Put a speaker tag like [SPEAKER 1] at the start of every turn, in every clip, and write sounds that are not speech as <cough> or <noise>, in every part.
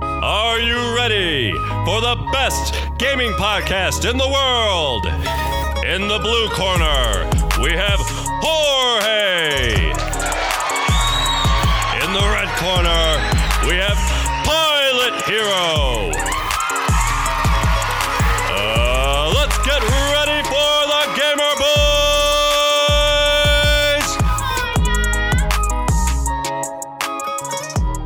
[SPEAKER 1] Are you ready for the best gaming podcast in the world? In the blue corner, we have Jorge. In the red corner, we have Pilot Hero. Uh, let's get ready for the Gamer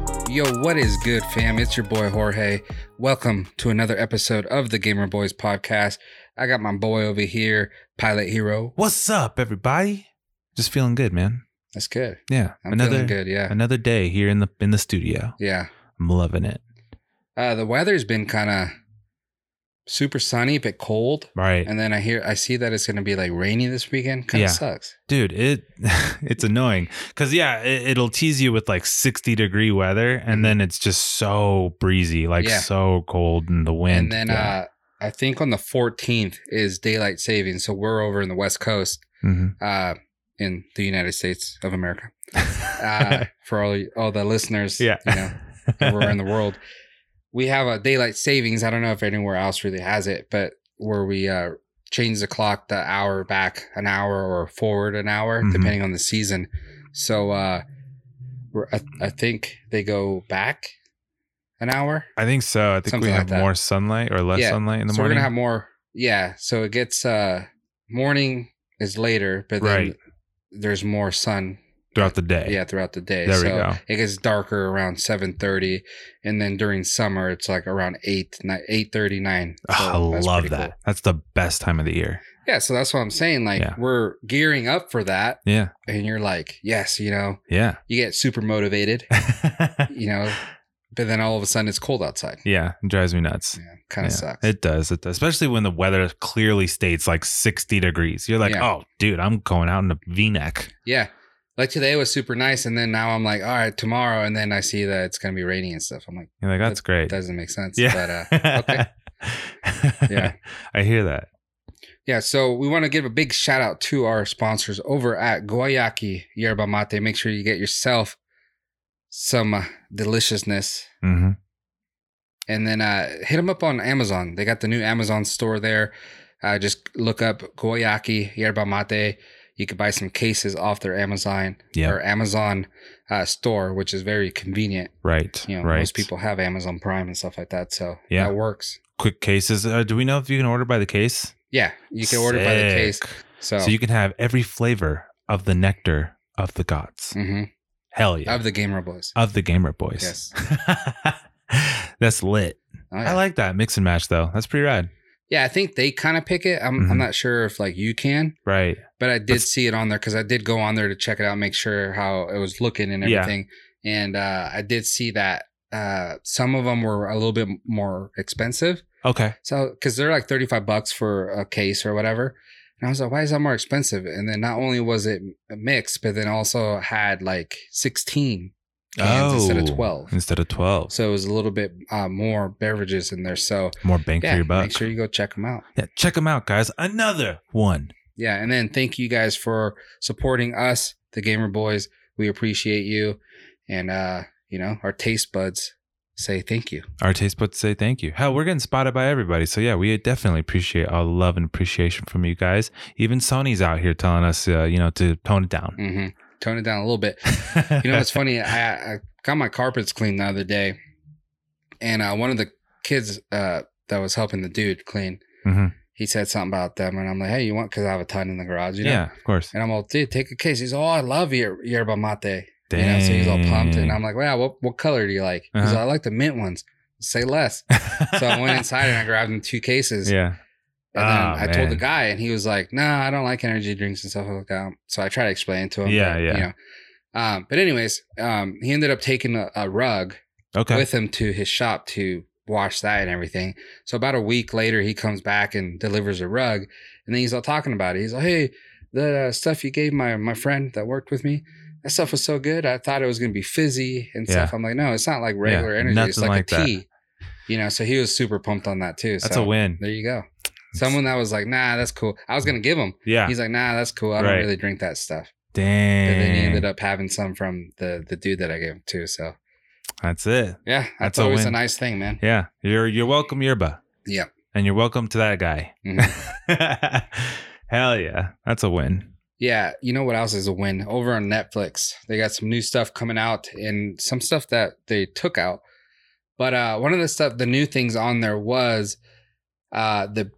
[SPEAKER 1] Boys!
[SPEAKER 2] Yo, what is good, fam? It's your boy Jorge. Welcome to another episode of the Gamer Boys podcast. I got my boy over here, Pilot Hero.
[SPEAKER 3] What's up, everybody? Just feeling good, man.
[SPEAKER 2] That's good.
[SPEAKER 3] Yeah,
[SPEAKER 2] I'm
[SPEAKER 3] another
[SPEAKER 2] feeling good. Yeah,
[SPEAKER 3] another day here in the in the studio.
[SPEAKER 2] yeah.
[SPEAKER 3] I'm loving it.
[SPEAKER 2] Uh, the weather's been kind of super sunny but cold,
[SPEAKER 3] Right,
[SPEAKER 2] and then I hear I see that it's going to be like rainy this weekend. Kind
[SPEAKER 3] Yeah.
[SPEAKER 2] of sucks.
[SPEAKER 3] dude. It <laughs> it's annoying because yeah, it, it'll tease you with like 60 degree weather, and then it's just so breezy, like
[SPEAKER 2] Mm-hmm. Yeah.
[SPEAKER 3] so cold, and the
[SPEAKER 2] And
[SPEAKER 3] wind.
[SPEAKER 2] then
[SPEAKER 3] yeah.
[SPEAKER 2] uh, I think on the 14th is daylight saving, so we're over in the West Coast.
[SPEAKER 3] Mhm.
[SPEAKER 2] uh, in the United States of
[SPEAKER 3] <laughs>
[SPEAKER 2] America. Uh, for all all the listeners,
[SPEAKER 3] yeah,
[SPEAKER 2] you know,
[SPEAKER 3] <laughs>
[SPEAKER 2] everywhere in the world, we have a daylight savings. I don't know if anywhere else really has it, but where we uh, change the clock the hour back an hour or forward an hour,
[SPEAKER 3] Mhm.
[SPEAKER 2] depending on the season. So uh, we're, I, I think they go back an hour.
[SPEAKER 3] I think so. I think
[SPEAKER 2] Something
[SPEAKER 3] we
[SPEAKER 2] like
[SPEAKER 3] have
[SPEAKER 2] that.
[SPEAKER 3] more sunlight or less
[SPEAKER 2] Yeah.
[SPEAKER 3] sunlight in the
[SPEAKER 2] so we're
[SPEAKER 3] morning.
[SPEAKER 2] gonna have more. Yeah, so it gets uh, morning is later, but then
[SPEAKER 3] Right.
[SPEAKER 2] there's more sun
[SPEAKER 3] throughout the day.
[SPEAKER 2] yeah throughout the day
[SPEAKER 3] There
[SPEAKER 2] so
[SPEAKER 3] we go.
[SPEAKER 2] it gets darker around 7.30 and then during summer it's like around 8 eight thirty nine.
[SPEAKER 3] Oh, I love that. That's the best time of the year.
[SPEAKER 2] yeah so that's what i'm saying like
[SPEAKER 3] Yeah.
[SPEAKER 2] we're gearing up for that
[SPEAKER 3] Yeah.
[SPEAKER 2] and you're like yes you know
[SPEAKER 3] Yeah. <laughs>
[SPEAKER 2] you get super motivated you know but then all of a sudden it's cold outside
[SPEAKER 3] yeah. It drives me nuts.
[SPEAKER 2] yeah, kind of
[SPEAKER 3] Yeah,
[SPEAKER 2] sucks
[SPEAKER 3] It does. It does. Especially when the weather clearly states like 60 degrees. You're like,
[SPEAKER 2] Yeah.
[SPEAKER 3] oh, dude, I'm going out in a v neck.
[SPEAKER 2] yeah like today was super nice and then now i'm like all right tomorrow and then i see that it's going to be rainy and stuff i'm like
[SPEAKER 3] You're like, that's
[SPEAKER 2] it
[SPEAKER 3] great.
[SPEAKER 2] doesn't make sense
[SPEAKER 3] yeah. <laughs>
[SPEAKER 2] but uh okay. Yeah.
[SPEAKER 3] I hear that.
[SPEAKER 2] Yeah, so we want to give a big shout out to our sponsors over at Guayaki Yerba Mate. Make sure you get yourself some uh, deliciousness.
[SPEAKER 3] hmm
[SPEAKER 2] And then uh, hit them up on Amazon. They got the new Amazon store there. Uh, just look up Guayaki Yerba Mate. You could buy some cases off their Amazon
[SPEAKER 3] Yeah.
[SPEAKER 2] or Amazon uh, store, which is very convenient.
[SPEAKER 3] Right.
[SPEAKER 2] You know,
[SPEAKER 3] right.
[SPEAKER 2] most people have Amazon Prime and stuff like that, so
[SPEAKER 3] Yeah.
[SPEAKER 2] that works.
[SPEAKER 3] Quick cases. Uh, do we know if you can order by the case?
[SPEAKER 2] Yeah, you can order by the case. Oh.
[SPEAKER 3] Sick.
[SPEAKER 2] So,
[SPEAKER 3] So you can have every flavor of the nectar of the gods.
[SPEAKER 2] Mhm.
[SPEAKER 3] Hell yeah.
[SPEAKER 2] of the Gamer Boys.
[SPEAKER 3] Of the Gamer Boys. Yes. <laughs> That's lit.
[SPEAKER 2] Oh, yeah.
[SPEAKER 3] I like that mix and match though. That's pretty rad.
[SPEAKER 2] Yeah, I think they kind of pick it. I'm I'm
[SPEAKER 3] Mhm.
[SPEAKER 2] not sure if like you can,
[SPEAKER 3] Right.
[SPEAKER 2] but I did
[SPEAKER 3] That's-
[SPEAKER 2] see it on there because I did go on there to check it out, make sure how it was looking and
[SPEAKER 3] Yeah.
[SPEAKER 2] everything. And uh, I did see that uh, some of them were a little bit more expensive.
[SPEAKER 3] Okay.
[SPEAKER 2] So because they're like 35 bucks for a case or whatever. And I was like, why is that more expensive? And then not only was it mixed, but then also had like 16 cans instead
[SPEAKER 3] Oh.
[SPEAKER 2] of 12.
[SPEAKER 3] Instead of 12.
[SPEAKER 2] So it was a little bit uh, more beverages in there. So
[SPEAKER 3] More bang for
[SPEAKER 2] yeah,
[SPEAKER 3] your buck.
[SPEAKER 2] make sure you go check them out.
[SPEAKER 3] yeah, check them out, guys. Another one.
[SPEAKER 2] Yeah, and then thank you guys for supporting us, the Gamer Boys. We appreciate you, and uh, you know our taste buds say thank you.
[SPEAKER 3] Our taste buds say thank you. Hell, we're getting spotted by everybody. So, yeah, we definitely appreciate all the love and appreciation from you guys. Even Sony's out here telling us, uh, you know, to tone it down.
[SPEAKER 2] hmm Tone it down a little bit. You
[SPEAKER 3] <laughs>
[SPEAKER 2] know, it's funny. <laughs> I, I got my carpets cleaned the other day, and uh, one of the kids uh, that was helping the dude clean,
[SPEAKER 3] Mhm.
[SPEAKER 2] he said something about them, and I'm like, hey, you want? Because I have a ton in the garage, you know.
[SPEAKER 3] yeah, of course.
[SPEAKER 2] And I'm all, dude, take a case. He's, oh, I love your yerba mate. You know,
[SPEAKER 3] Dang.
[SPEAKER 2] so he's all pumped, and I'm like, "Wow, what, what color do you like?" He's
[SPEAKER 3] Uh-huh.
[SPEAKER 2] like, "I like the mint ones." Say less. So I went inside and I grabbed him two cases.
[SPEAKER 3] <laughs> Yeah.
[SPEAKER 2] And then
[SPEAKER 3] Ah,
[SPEAKER 2] I told the
[SPEAKER 3] man.
[SPEAKER 2] guy, and he was like, "No, I don't like energy drinks and stuff like that." So I tried to explain to him.
[SPEAKER 3] Yeah,
[SPEAKER 2] but,
[SPEAKER 3] yeah.
[SPEAKER 2] You know. um, but anyways, um, he ended up taking a, a rug
[SPEAKER 3] Okay.
[SPEAKER 2] with him to his shop to wash that and everything. So about a week later, he comes back and delivers a rug, and then he's all talking about it. He's like, "Hey, the uh, stuff you gave my my friend that worked with me, that stuff was so good. I thought it was gonna be fizzy and stuff." I'm like, "No, it's not like regular
[SPEAKER 3] Yeah,
[SPEAKER 2] energy. It's
[SPEAKER 3] nothing
[SPEAKER 2] like, a
[SPEAKER 3] like that.
[SPEAKER 2] tea." You know, so he was super pumped on that too.
[SPEAKER 3] That's
[SPEAKER 2] so
[SPEAKER 3] a win.
[SPEAKER 2] There you go. Someone that was like, "Nah, that's cool." I was gonna give him.
[SPEAKER 3] Yeah.
[SPEAKER 2] He's like, "Nah, that's cool. I
[SPEAKER 3] Right.
[SPEAKER 2] don't really drink that stuff."
[SPEAKER 3] Dang.
[SPEAKER 2] And then he ended up having some from the the dude that I gave him to. So
[SPEAKER 3] That's it.
[SPEAKER 2] Yeah, that's,
[SPEAKER 3] That's a
[SPEAKER 2] always a,
[SPEAKER 3] win.
[SPEAKER 2] nice thing, man.
[SPEAKER 3] Yeah. You're you're welcome, Yerba.
[SPEAKER 2] Yep. Mm-hmm.
[SPEAKER 3] And you're welcome to that guy. <laughs> Hell yeah. That's a win.
[SPEAKER 2] Yeah, you know what else is a win? Over on Netflix, they got some new stuff coming out and some stuff that they took out. But uh, one of the stuff, the new things on there was uh, the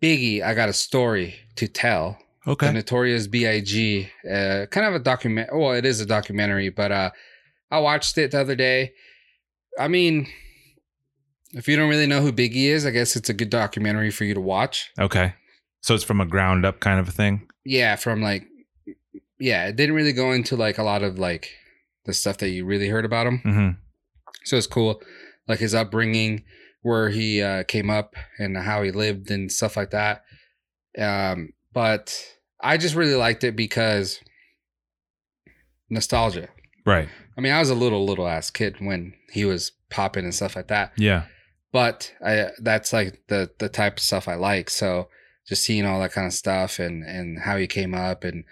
[SPEAKER 2] Biggie. I got a story to tell. The
[SPEAKER 3] Okay.
[SPEAKER 2] Notorious B.I.G. Uh, kind of a document. Well, it is a documentary, but uh, I watched it the other day. I mean, if you don't really know who Biggie is, I guess it's a good documentary for you to watch.
[SPEAKER 3] Okay. So it's from a ground up kind of a thing.
[SPEAKER 2] yeah from like yeah it didn't really go into like a lot of like the stuff that you really heard about him
[SPEAKER 3] hmm
[SPEAKER 2] so it's cool like his upbringing where he uh, came up and how he lived and stuff like that um, but i just really liked it because nostalgia
[SPEAKER 3] Right.
[SPEAKER 2] i mean i was a little little ass kid when he was popping and stuff like that
[SPEAKER 3] Yeah.
[SPEAKER 2] but I that's like the the type of stuff I like. So just seeing all that kind of stuff and and how he came up and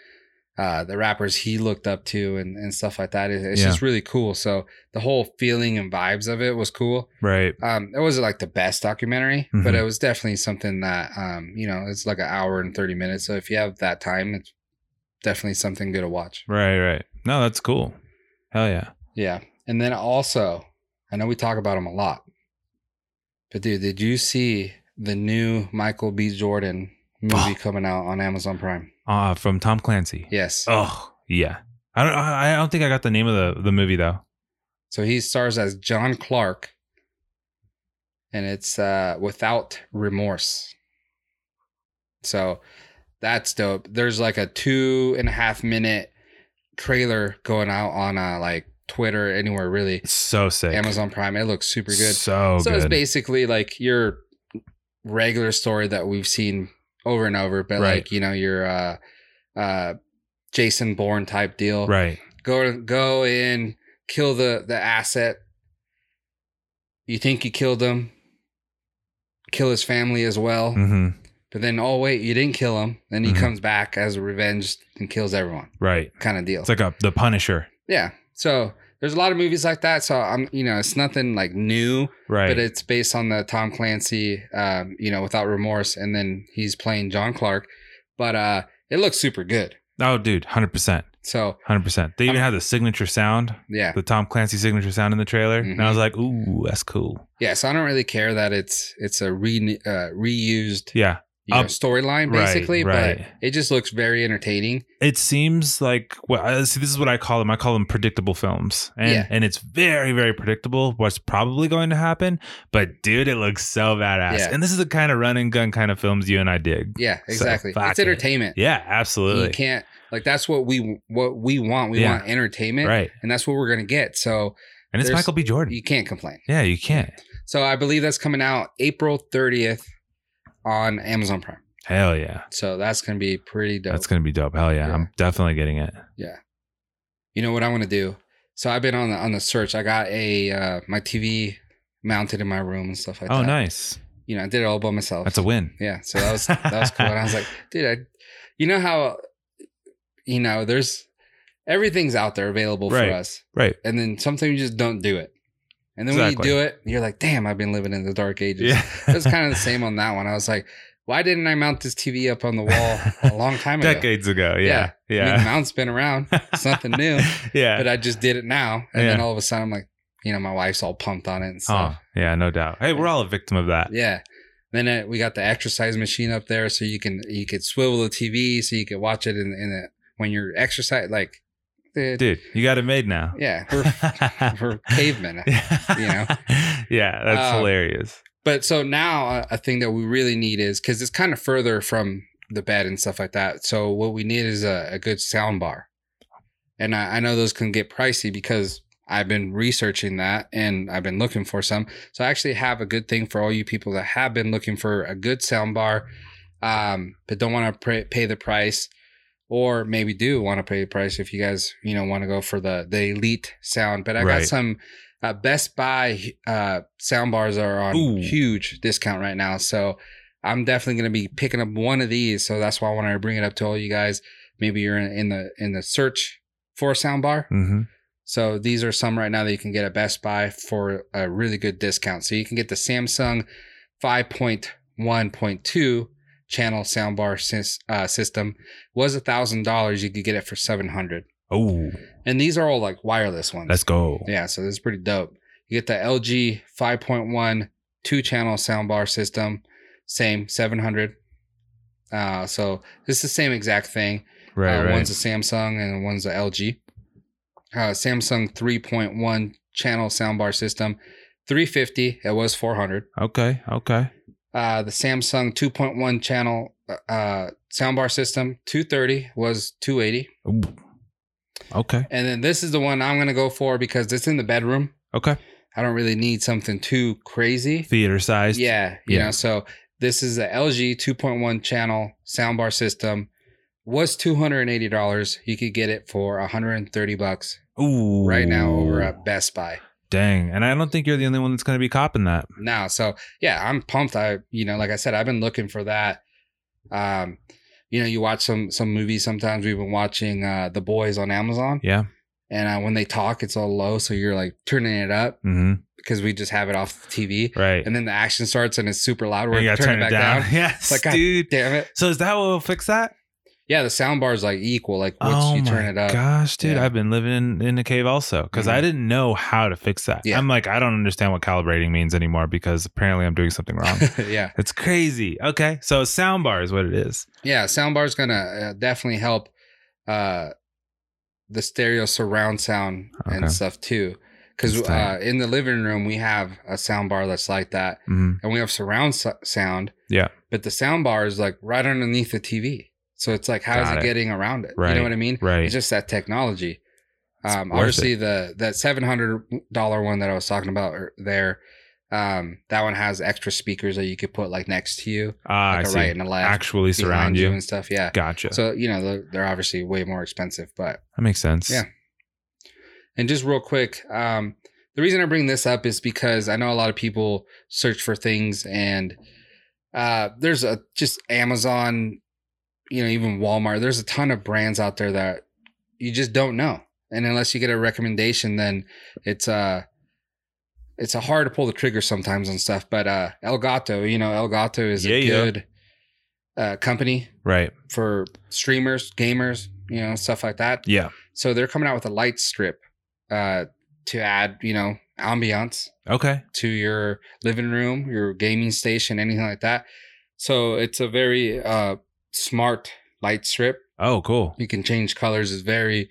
[SPEAKER 2] uh, the rappers he looked up to and, and stuff like that. It- It's
[SPEAKER 3] Yeah.
[SPEAKER 2] just really cool. So the whole feeling and vibes of it was cool.
[SPEAKER 3] Right.
[SPEAKER 2] Um, it wasn't like the best documentary, but
[SPEAKER 3] Mhm.
[SPEAKER 2] it was definitely something that um, you know, it's like an hour and thirty minutes. So if you have that time, it's definitely something good to watch.
[SPEAKER 3] Right. Right. No, that's cool. Hell yeah.
[SPEAKER 2] Yeah. And then also, I know we talk about him a lot, but dude, did you see the new Michael B. Jordan
[SPEAKER 3] <gasps>
[SPEAKER 2] movie coming out on Amazon Prime?
[SPEAKER 3] Ah, from Tom Clancy.
[SPEAKER 2] Yes.
[SPEAKER 3] Oh yeah. I don't. I I don't think I got the name of the the movie though.
[SPEAKER 2] So he stars as John Clark, and it's uh, Without Remorse. So that's dope. There's like a two and a half minute trailer going out on uh, like Twitter, anywhere really.
[SPEAKER 3] It's so sick.
[SPEAKER 2] Amazon Prime. It looks super good. so
[SPEAKER 3] So, Oh, good.
[SPEAKER 2] it's basically like your regular story that we've seen over and over, but
[SPEAKER 3] Right.
[SPEAKER 2] like you know your uh, uh, Jason Bourne type deal.
[SPEAKER 3] right.
[SPEAKER 2] Go go in, kill the the asset. You think you killed him, kill his family as well,
[SPEAKER 3] hmm
[SPEAKER 2] but then oh wait, you didn't kill him. Then he
[SPEAKER 3] Mhm.
[SPEAKER 2] comes back as revenge and kills everyone,
[SPEAKER 3] Right.
[SPEAKER 2] kind of deal.
[SPEAKER 3] It's like a the Punisher.
[SPEAKER 2] yeah, so. There's a lot of movies like that, so I'm, you know, it's nothing like new,
[SPEAKER 3] Right.
[SPEAKER 2] but it's based on the Tom Clancy, um, you know, without remorse, and then he's playing John Clark. But uh, it looks super good.
[SPEAKER 3] oh, dude, hundred percent,
[SPEAKER 2] So
[SPEAKER 3] hundred percent. They even had the signature sound,
[SPEAKER 2] yeah,
[SPEAKER 3] the Tom Clancy signature sound in the trailer, and
[SPEAKER 2] Mm-hmm.
[SPEAKER 3] I was like, ooh, that's cool.
[SPEAKER 2] yeah. So I don't really care that it's it's a re uh, reused
[SPEAKER 3] Yeah.
[SPEAKER 2] you know,
[SPEAKER 3] Up-
[SPEAKER 2] storyline
[SPEAKER 3] right,
[SPEAKER 2] basically,
[SPEAKER 3] right.
[SPEAKER 2] but it just looks very entertaining.
[SPEAKER 3] It seems like what I see. This is what I call them. I call them predictable films, and
[SPEAKER 2] Yeah.
[SPEAKER 3] and it's very very predictable what's probably going to happen. But dude, it looks so badass,
[SPEAKER 2] Yeah.
[SPEAKER 3] and this is the kind of run and gun kind of films you and I dig.
[SPEAKER 2] Yeah, exactly.
[SPEAKER 3] fuck
[SPEAKER 2] it's
[SPEAKER 3] it.
[SPEAKER 2] entertainment.
[SPEAKER 3] Yeah, absolutely.
[SPEAKER 2] You can't like that's what we what we want. We
[SPEAKER 3] Yeah.
[SPEAKER 2] want entertainment,
[SPEAKER 3] Right.
[SPEAKER 2] and that's what we're gonna get. So
[SPEAKER 3] And it's
[SPEAKER 2] There's-
[SPEAKER 3] Michael B. Jordan.
[SPEAKER 2] you can't complain.
[SPEAKER 3] yeah, you can't.
[SPEAKER 2] So I believe that's coming out April thirtieth on Amazon Prime.
[SPEAKER 3] Hell yeah.
[SPEAKER 2] So that's gonna be pretty dope.
[SPEAKER 3] That's going to be dope. Hell yeah.
[SPEAKER 2] Yeah.
[SPEAKER 3] I'm definitely getting it.
[SPEAKER 2] you know what I want to do? So I've been on the on the search. I got a uh, my TV mounted in my room and stuff like
[SPEAKER 3] oh,
[SPEAKER 2] that.
[SPEAKER 3] nice.
[SPEAKER 2] You know, I did it all by myself.
[SPEAKER 3] That's a win.
[SPEAKER 2] yeah. So that was that was cool. And I was
[SPEAKER 3] <laughs>
[SPEAKER 2] like, dude, I, you know how, you know, there's everything's out there available
[SPEAKER 3] Right.
[SPEAKER 2] for us,
[SPEAKER 3] Right.
[SPEAKER 2] and then sometimes you just don't do it, and then
[SPEAKER 3] Exactly.
[SPEAKER 2] when you do it, you're like, damn, I've been living in the dark ages.
[SPEAKER 3] Yeah.
[SPEAKER 2] It
[SPEAKER 3] <laughs>
[SPEAKER 2] was kind of the same on that one. I was like, why didn't I mount this TV up on the wall
[SPEAKER 3] <laughs>
[SPEAKER 2] a long time ago?
[SPEAKER 3] Decades ago. Yeah.
[SPEAKER 2] I mean, the
[SPEAKER 3] Yeah.
[SPEAKER 2] mount's been around. It's nothing new.
[SPEAKER 3] <laughs> yeah.
[SPEAKER 2] but I just did it now. And then
[SPEAKER 3] Yeah.
[SPEAKER 2] all of a sudden, I'm like, you know, my wife's all pumped on it and
[SPEAKER 3] oh,
[SPEAKER 2] stuff.
[SPEAKER 3] yeah. No doubt. Hey, we're all a victim of that.
[SPEAKER 2] Yeah. Then uh, we got the exercise machine up there, so you can you could swivel the TV, so you could watch it in, in the, when you're exercise. Like, dude,
[SPEAKER 3] Dude, you got it made now. <laughs>
[SPEAKER 2] yeah, we're, <laughs> we're cavemen. you know?
[SPEAKER 3] Yeah. That's
[SPEAKER 2] Um,
[SPEAKER 3] hilarious.
[SPEAKER 2] But so now uh, a, a thing that we really need is because it's kind of further from the bed and stuff like that. So what we need is a, a good sound bar. And I, I know those can get pricey because I've been researching that and I've been looking for some. So I actually have a good thing for all you people that have been looking for a good sound bar, um, but don't want to pay, pay the price. Or maybe do want to pay the price if you guys, you know, want to go for the the elite sound. But I
[SPEAKER 3] Right.
[SPEAKER 2] got some uh, Best Buy uh, sound bars are on
[SPEAKER 3] Ooh.
[SPEAKER 2] huge discount right now. So I'm definitely going to be picking up one of these. So that's why I wanted to bring it up to all you guys. Maybe you're in, in the in the search for a sound bar.
[SPEAKER 3] hmm
[SPEAKER 2] So these are some right now that you can get at Best Buy for a really good discount. So you can get the Samsung 5.1.2 channel soundbar sys- uh, system was a thousand dollars. You could get it for seven hundred.
[SPEAKER 3] Oh,
[SPEAKER 2] And these are all like wireless ones.
[SPEAKER 3] let's go.
[SPEAKER 2] Yeah, so this is pretty dope. You get the LG 5.1 two channel soundbar system, same 700. Uh, so it's the same exact thing.
[SPEAKER 3] Right,
[SPEAKER 2] uh,
[SPEAKER 3] right.
[SPEAKER 2] One's a Samsung and one's a LG. Uh, Samsung 3.1 channel soundbar system, 350. It was 400.
[SPEAKER 3] okay, okay.
[SPEAKER 2] Uh, the Samsung 2.1 channel uh, soundbar system, 230 was 280.
[SPEAKER 3] Ooh. Okay,
[SPEAKER 2] And then this is the one I'm going to go for because it's in the bedroom.
[SPEAKER 3] okay.
[SPEAKER 2] I don't really need something too crazy.
[SPEAKER 3] Theater sized.
[SPEAKER 2] Yeah, you
[SPEAKER 3] Yeah.
[SPEAKER 2] know. So this is a LG 2.1 channel soundbar system. Was two hundred and eighty dollars. You could get it for hundred and thirty bucks
[SPEAKER 3] Ooh.
[SPEAKER 2] right now over at Best Buy.
[SPEAKER 3] Dang. And I don't think you're the only one that's going to be copping that.
[SPEAKER 2] Now, so yeah, I'm pumped. I, you know, like I said, I've been looking for that. Um, you know, you watch some some movies. Sometimes we've been watching uh The Boys on Amazon,
[SPEAKER 3] Yeah.
[SPEAKER 2] and uh, when they talk, it's all low, so you're like turning it up
[SPEAKER 3] Mm-hmm.
[SPEAKER 2] because we just have it off the TV.
[SPEAKER 3] Right.
[SPEAKER 2] and then the action starts and it's super loud. We're
[SPEAKER 3] you
[SPEAKER 2] turning
[SPEAKER 3] gotta turn
[SPEAKER 2] it back down. <laughs>
[SPEAKER 3] <laughs> Yes,
[SPEAKER 2] like, God
[SPEAKER 3] dude.
[SPEAKER 2] Damn it!
[SPEAKER 3] So is that what will fix that?
[SPEAKER 2] Yeah, the sound bar is like equal. Like once
[SPEAKER 3] oh
[SPEAKER 2] you
[SPEAKER 3] my
[SPEAKER 2] turn it up,
[SPEAKER 3] gosh, dude!
[SPEAKER 2] Yeah.
[SPEAKER 3] I've been living in, in a cave also because I
[SPEAKER 2] Mhm.
[SPEAKER 3] didn't know how to fix that.
[SPEAKER 2] Yeah.
[SPEAKER 3] I'm like, I don't understand what calibrating means anymore because apparently I'm doing something
[SPEAKER 2] <laughs>
[SPEAKER 3] wrong.
[SPEAKER 2] <laughs> yeah,
[SPEAKER 3] it's crazy. Okay, so a sound bar is what it is.
[SPEAKER 2] yeah, sound bar is gonna uh, definitely help uh, the stereo surround sound
[SPEAKER 3] Okay.
[SPEAKER 2] and stuff too. Because
[SPEAKER 3] That's tight.
[SPEAKER 2] uh, in the living room we have a sound bar that's like that,
[SPEAKER 3] Mhm.
[SPEAKER 2] and we have surround so- sound.
[SPEAKER 3] Yeah.
[SPEAKER 2] but the sound bar is like right underneath the TV, so it's like how is
[SPEAKER 3] Got
[SPEAKER 2] it,
[SPEAKER 3] it.
[SPEAKER 2] getting around it? You
[SPEAKER 3] Right,
[SPEAKER 2] know what I mean?
[SPEAKER 3] Right.
[SPEAKER 2] It's just that technology.
[SPEAKER 3] It's
[SPEAKER 2] Um,
[SPEAKER 3] worth
[SPEAKER 2] obviously, the that seven hundred dollar one that I was talking about er- there, um, that one has extra speakers that you could put like next to you,
[SPEAKER 3] ah, I
[SPEAKER 2] like a
[SPEAKER 3] see.
[SPEAKER 2] right and a left,
[SPEAKER 3] Actually
[SPEAKER 2] behind
[SPEAKER 3] surround you.
[SPEAKER 2] and stuff. Yeah.
[SPEAKER 3] Gotcha.
[SPEAKER 2] So you know they're, they're obviously way more expensive, but
[SPEAKER 3] that makes sense.
[SPEAKER 2] Yeah. and just real quick, um, the reason I bring this up is because I know a lot of people search for things, and uh, there's a just Amazon, you know, even Walmart. There's a ton of brands out there that you just don't know, and unless you get a recommendation, then it's uh it's a hard to pull the trigger sometimes on stuff. But uh, Elgato, you know, Elgato is
[SPEAKER 3] Yeah,
[SPEAKER 2] a
[SPEAKER 3] yeah.
[SPEAKER 2] good uh, company
[SPEAKER 3] Right.
[SPEAKER 2] for streamers, gamers, you know, stuff like that.
[SPEAKER 3] Yeah.
[SPEAKER 2] So they're coming out with a light strip uh, to add, you know, ambiance
[SPEAKER 3] Okay.
[SPEAKER 2] to your living room, your gaming station, anything like that. So it's a very uh, smart light strip.
[SPEAKER 3] Oh, cool.
[SPEAKER 2] You can change colors. It's very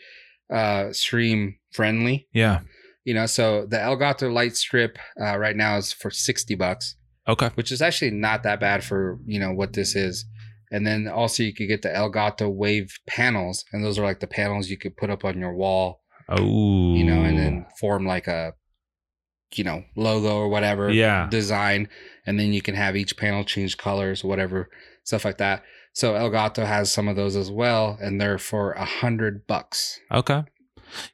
[SPEAKER 2] uh, stream friendly.
[SPEAKER 3] Yeah.
[SPEAKER 2] You know, so the Elgato light strip uh, right now is for sixty bucks,
[SPEAKER 3] Okay.
[SPEAKER 2] which is actually not that bad for you know what this is. And then also you could get the Elgato Wave panels, and those are like the panels you could put up on your wall
[SPEAKER 3] Oh.
[SPEAKER 2] you know, and then form like a, you know, logo or whatever
[SPEAKER 3] Yeah.
[SPEAKER 2] design, and then you can have each panel change colors, whatever stuff like that. So Elgato has some of those as well, and they're for a hundred bucks.
[SPEAKER 3] Okay.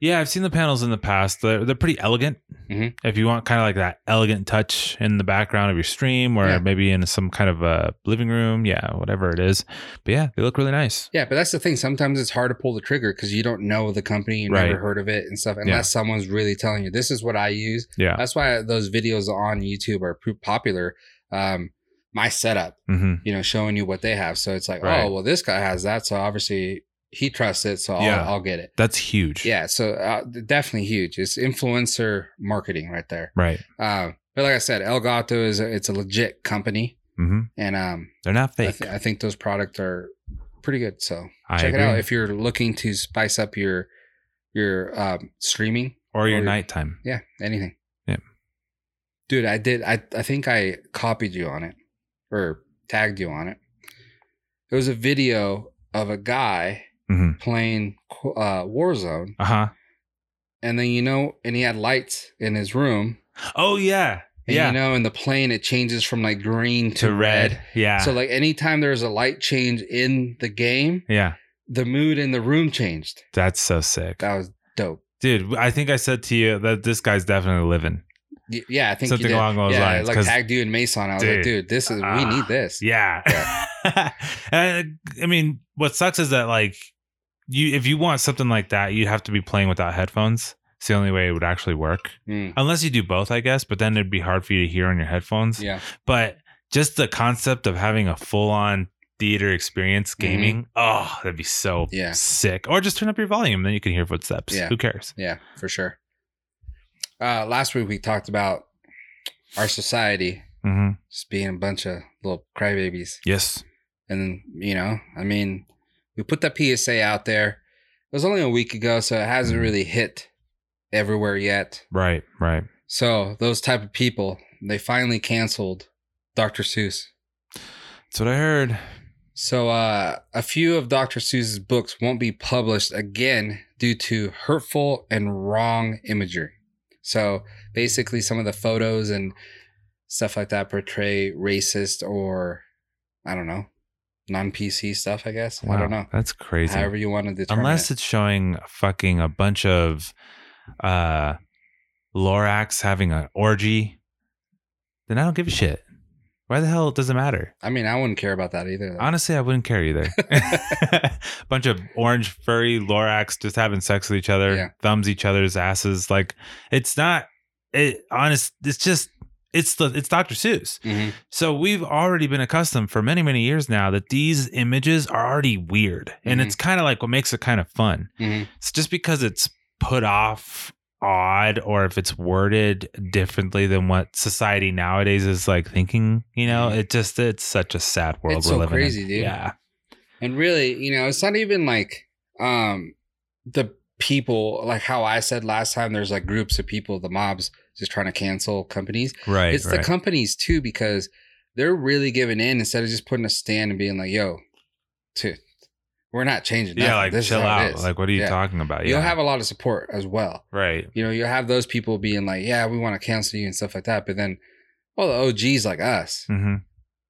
[SPEAKER 3] Yeah, I've seen the panels in the past. They're, they're pretty elegant.
[SPEAKER 2] Mhm.
[SPEAKER 3] If you want kind of like that elegant touch in the background of your stream or
[SPEAKER 2] Yeah.
[SPEAKER 3] maybe in some kind of a living room, yeah, whatever it is. But yeah, they look really nice.
[SPEAKER 2] Yeah, but that's the thing. Sometimes it's hard to pull the trigger because you don't know the company, you
[SPEAKER 3] Right.
[SPEAKER 2] never heard of it and stuff, unless someone's really telling you this is what I use.
[SPEAKER 3] Yeah.
[SPEAKER 2] That's why those videos on YouTube are p- popular. Um, my setup.
[SPEAKER 3] hmm
[SPEAKER 2] you know, showing you what they have. So it's like,
[SPEAKER 3] Right.
[SPEAKER 2] oh, well, this guy has that. So obviously he trusts it. So I'll,
[SPEAKER 3] Yeah.
[SPEAKER 2] I'll get it.
[SPEAKER 3] That's huge.
[SPEAKER 2] Yeah. So uh, definitely huge. It's influencer marketing right there.
[SPEAKER 3] Right.
[SPEAKER 2] Uh, but like I said, Elgato is a, it's a legit company.
[SPEAKER 3] hmm
[SPEAKER 2] And um,
[SPEAKER 3] They're not
[SPEAKER 2] I,
[SPEAKER 3] fake.
[SPEAKER 2] th- I think those products are pretty good. So
[SPEAKER 3] I
[SPEAKER 2] check it
[SPEAKER 3] agree.
[SPEAKER 2] out if you're looking to spice up your your um, streaming.
[SPEAKER 3] or your
[SPEAKER 2] or-
[SPEAKER 3] nighttime.
[SPEAKER 2] Yeah, anything.
[SPEAKER 3] Yeah.
[SPEAKER 2] Dude, I did I I think I copied you on it or tagged you on it. It was a video of a guy
[SPEAKER 3] Mhm.
[SPEAKER 2] playing uh Warzone
[SPEAKER 3] Uh huh.
[SPEAKER 2] and then you know and he had lights in his room.
[SPEAKER 3] Oh, yeah.
[SPEAKER 2] And
[SPEAKER 3] Yeah.
[SPEAKER 2] you know in the plane it changes from like green to,
[SPEAKER 3] to red. Ah. Yeah.
[SPEAKER 2] So like anytime there's a light change in the game,
[SPEAKER 3] yeah.
[SPEAKER 2] the mood in the room changed.
[SPEAKER 3] That's so sick.
[SPEAKER 2] That was dope.
[SPEAKER 3] Dude, I think I said to you that this guy's definitely living.
[SPEAKER 2] Y- Yeah, I think you
[SPEAKER 3] Something
[SPEAKER 2] did.
[SPEAKER 3] along those
[SPEAKER 2] yeah, I,
[SPEAKER 3] lines,
[SPEAKER 2] like
[SPEAKER 3] 'cause-
[SPEAKER 2] tagged you and Mason. I was
[SPEAKER 3] Dude.
[SPEAKER 2] like, dude, this is we
[SPEAKER 3] Ah,
[SPEAKER 2] need this.
[SPEAKER 3] Yeah. <laughs> And I, I mean, what sucks is that like you if you want something like that, you have to be playing without headphones. It's the only way it would actually work.
[SPEAKER 2] Mm,
[SPEAKER 3] Unless you do both, I guess, but then it'd be hard for you to hear on your headphones.
[SPEAKER 2] yeah.
[SPEAKER 3] But just the concept of having a full on theater experience gaming, oh, that'd be so
[SPEAKER 2] Mm-hmm. Yeah.
[SPEAKER 3] sick. Or just turn up your volume, then you can hear footsteps.
[SPEAKER 2] Yeah.
[SPEAKER 3] Who cares?
[SPEAKER 2] Yeah, for sure. Uh, last week we talked about our society
[SPEAKER 3] Mm-hmm.
[SPEAKER 2] just being a bunch of little crybabies.
[SPEAKER 3] Yes.
[SPEAKER 2] And, you know, I mean, we put that PSA out there. It was only a week ago, so it hasn't really hit everywhere yet.
[SPEAKER 3] Right, right.
[SPEAKER 2] So those type of people, they finally canceled Dr. Seuss.
[SPEAKER 3] That's what I heard.
[SPEAKER 2] So uh, a few of Dr. Seuss's books won't be published again due to hurtful and wrong imagery. So basically, some of the photos and stuff like that portray racist or I don't know, non PC stuff. I guess I
[SPEAKER 3] Wow,
[SPEAKER 2] don't know.
[SPEAKER 3] That's crazy.
[SPEAKER 2] However you want to determine.
[SPEAKER 3] Unless
[SPEAKER 2] it.
[SPEAKER 3] it's showing fucking a bunch of uh Lorax having an orgy, then I don't give a shit. Why the hell does it matter?
[SPEAKER 2] I mean, I wouldn't care about that either. though.
[SPEAKER 3] Honestly, I wouldn't
[SPEAKER 2] <laughs>
[SPEAKER 3] care either. <laughs> bunch of orange furry Lorax just having sex with each other,
[SPEAKER 2] Yeah.
[SPEAKER 3] thumbs each other's asses. Like it's not it honest it's just it's the it's Dr. Seuss.
[SPEAKER 2] Mhm.
[SPEAKER 3] So we've already been accustomed for many, many years now that these images are already weird. And
[SPEAKER 2] Mhm.
[SPEAKER 3] it's kind of like what makes it kind of fun.
[SPEAKER 2] Mhm.
[SPEAKER 3] It's just because it's put off odd or if it's worded differently than what society nowadays is like thinking, you know,
[SPEAKER 2] Mhm.
[SPEAKER 3] it just it's such a sad world
[SPEAKER 2] It's
[SPEAKER 3] we're
[SPEAKER 2] so
[SPEAKER 3] living
[SPEAKER 2] crazy,
[SPEAKER 3] in.
[SPEAKER 2] dude.
[SPEAKER 3] Yeah.
[SPEAKER 2] And really, you know, it's not even like um the people like how I said last time. There's like groups of people, the mobs, just trying to cancel companies.
[SPEAKER 3] Right.
[SPEAKER 2] it's the companies too because they're really giving in instead of just putting a stand and being like, "Yo, dude, we're not changing."
[SPEAKER 3] yeah,
[SPEAKER 2] nothing.
[SPEAKER 3] like
[SPEAKER 2] This is
[SPEAKER 3] chill
[SPEAKER 2] how it
[SPEAKER 3] out.
[SPEAKER 2] is."
[SPEAKER 3] Like what are you
[SPEAKER 2] Yeah.
[SPEAKER 3] talking about?
[SPEAKER 2] You'll
[SPEAKER 3] yeah.
[SPEAKER 2] have a lot of support as well.
[SPEAKER 3] right.
[SPEAKER 2] You know, you'll have those people being like, "Yeah, we want to cancel you" and stuff like that. But then, all the OGs like us,
[SPEAKER 3] Mm-hmm.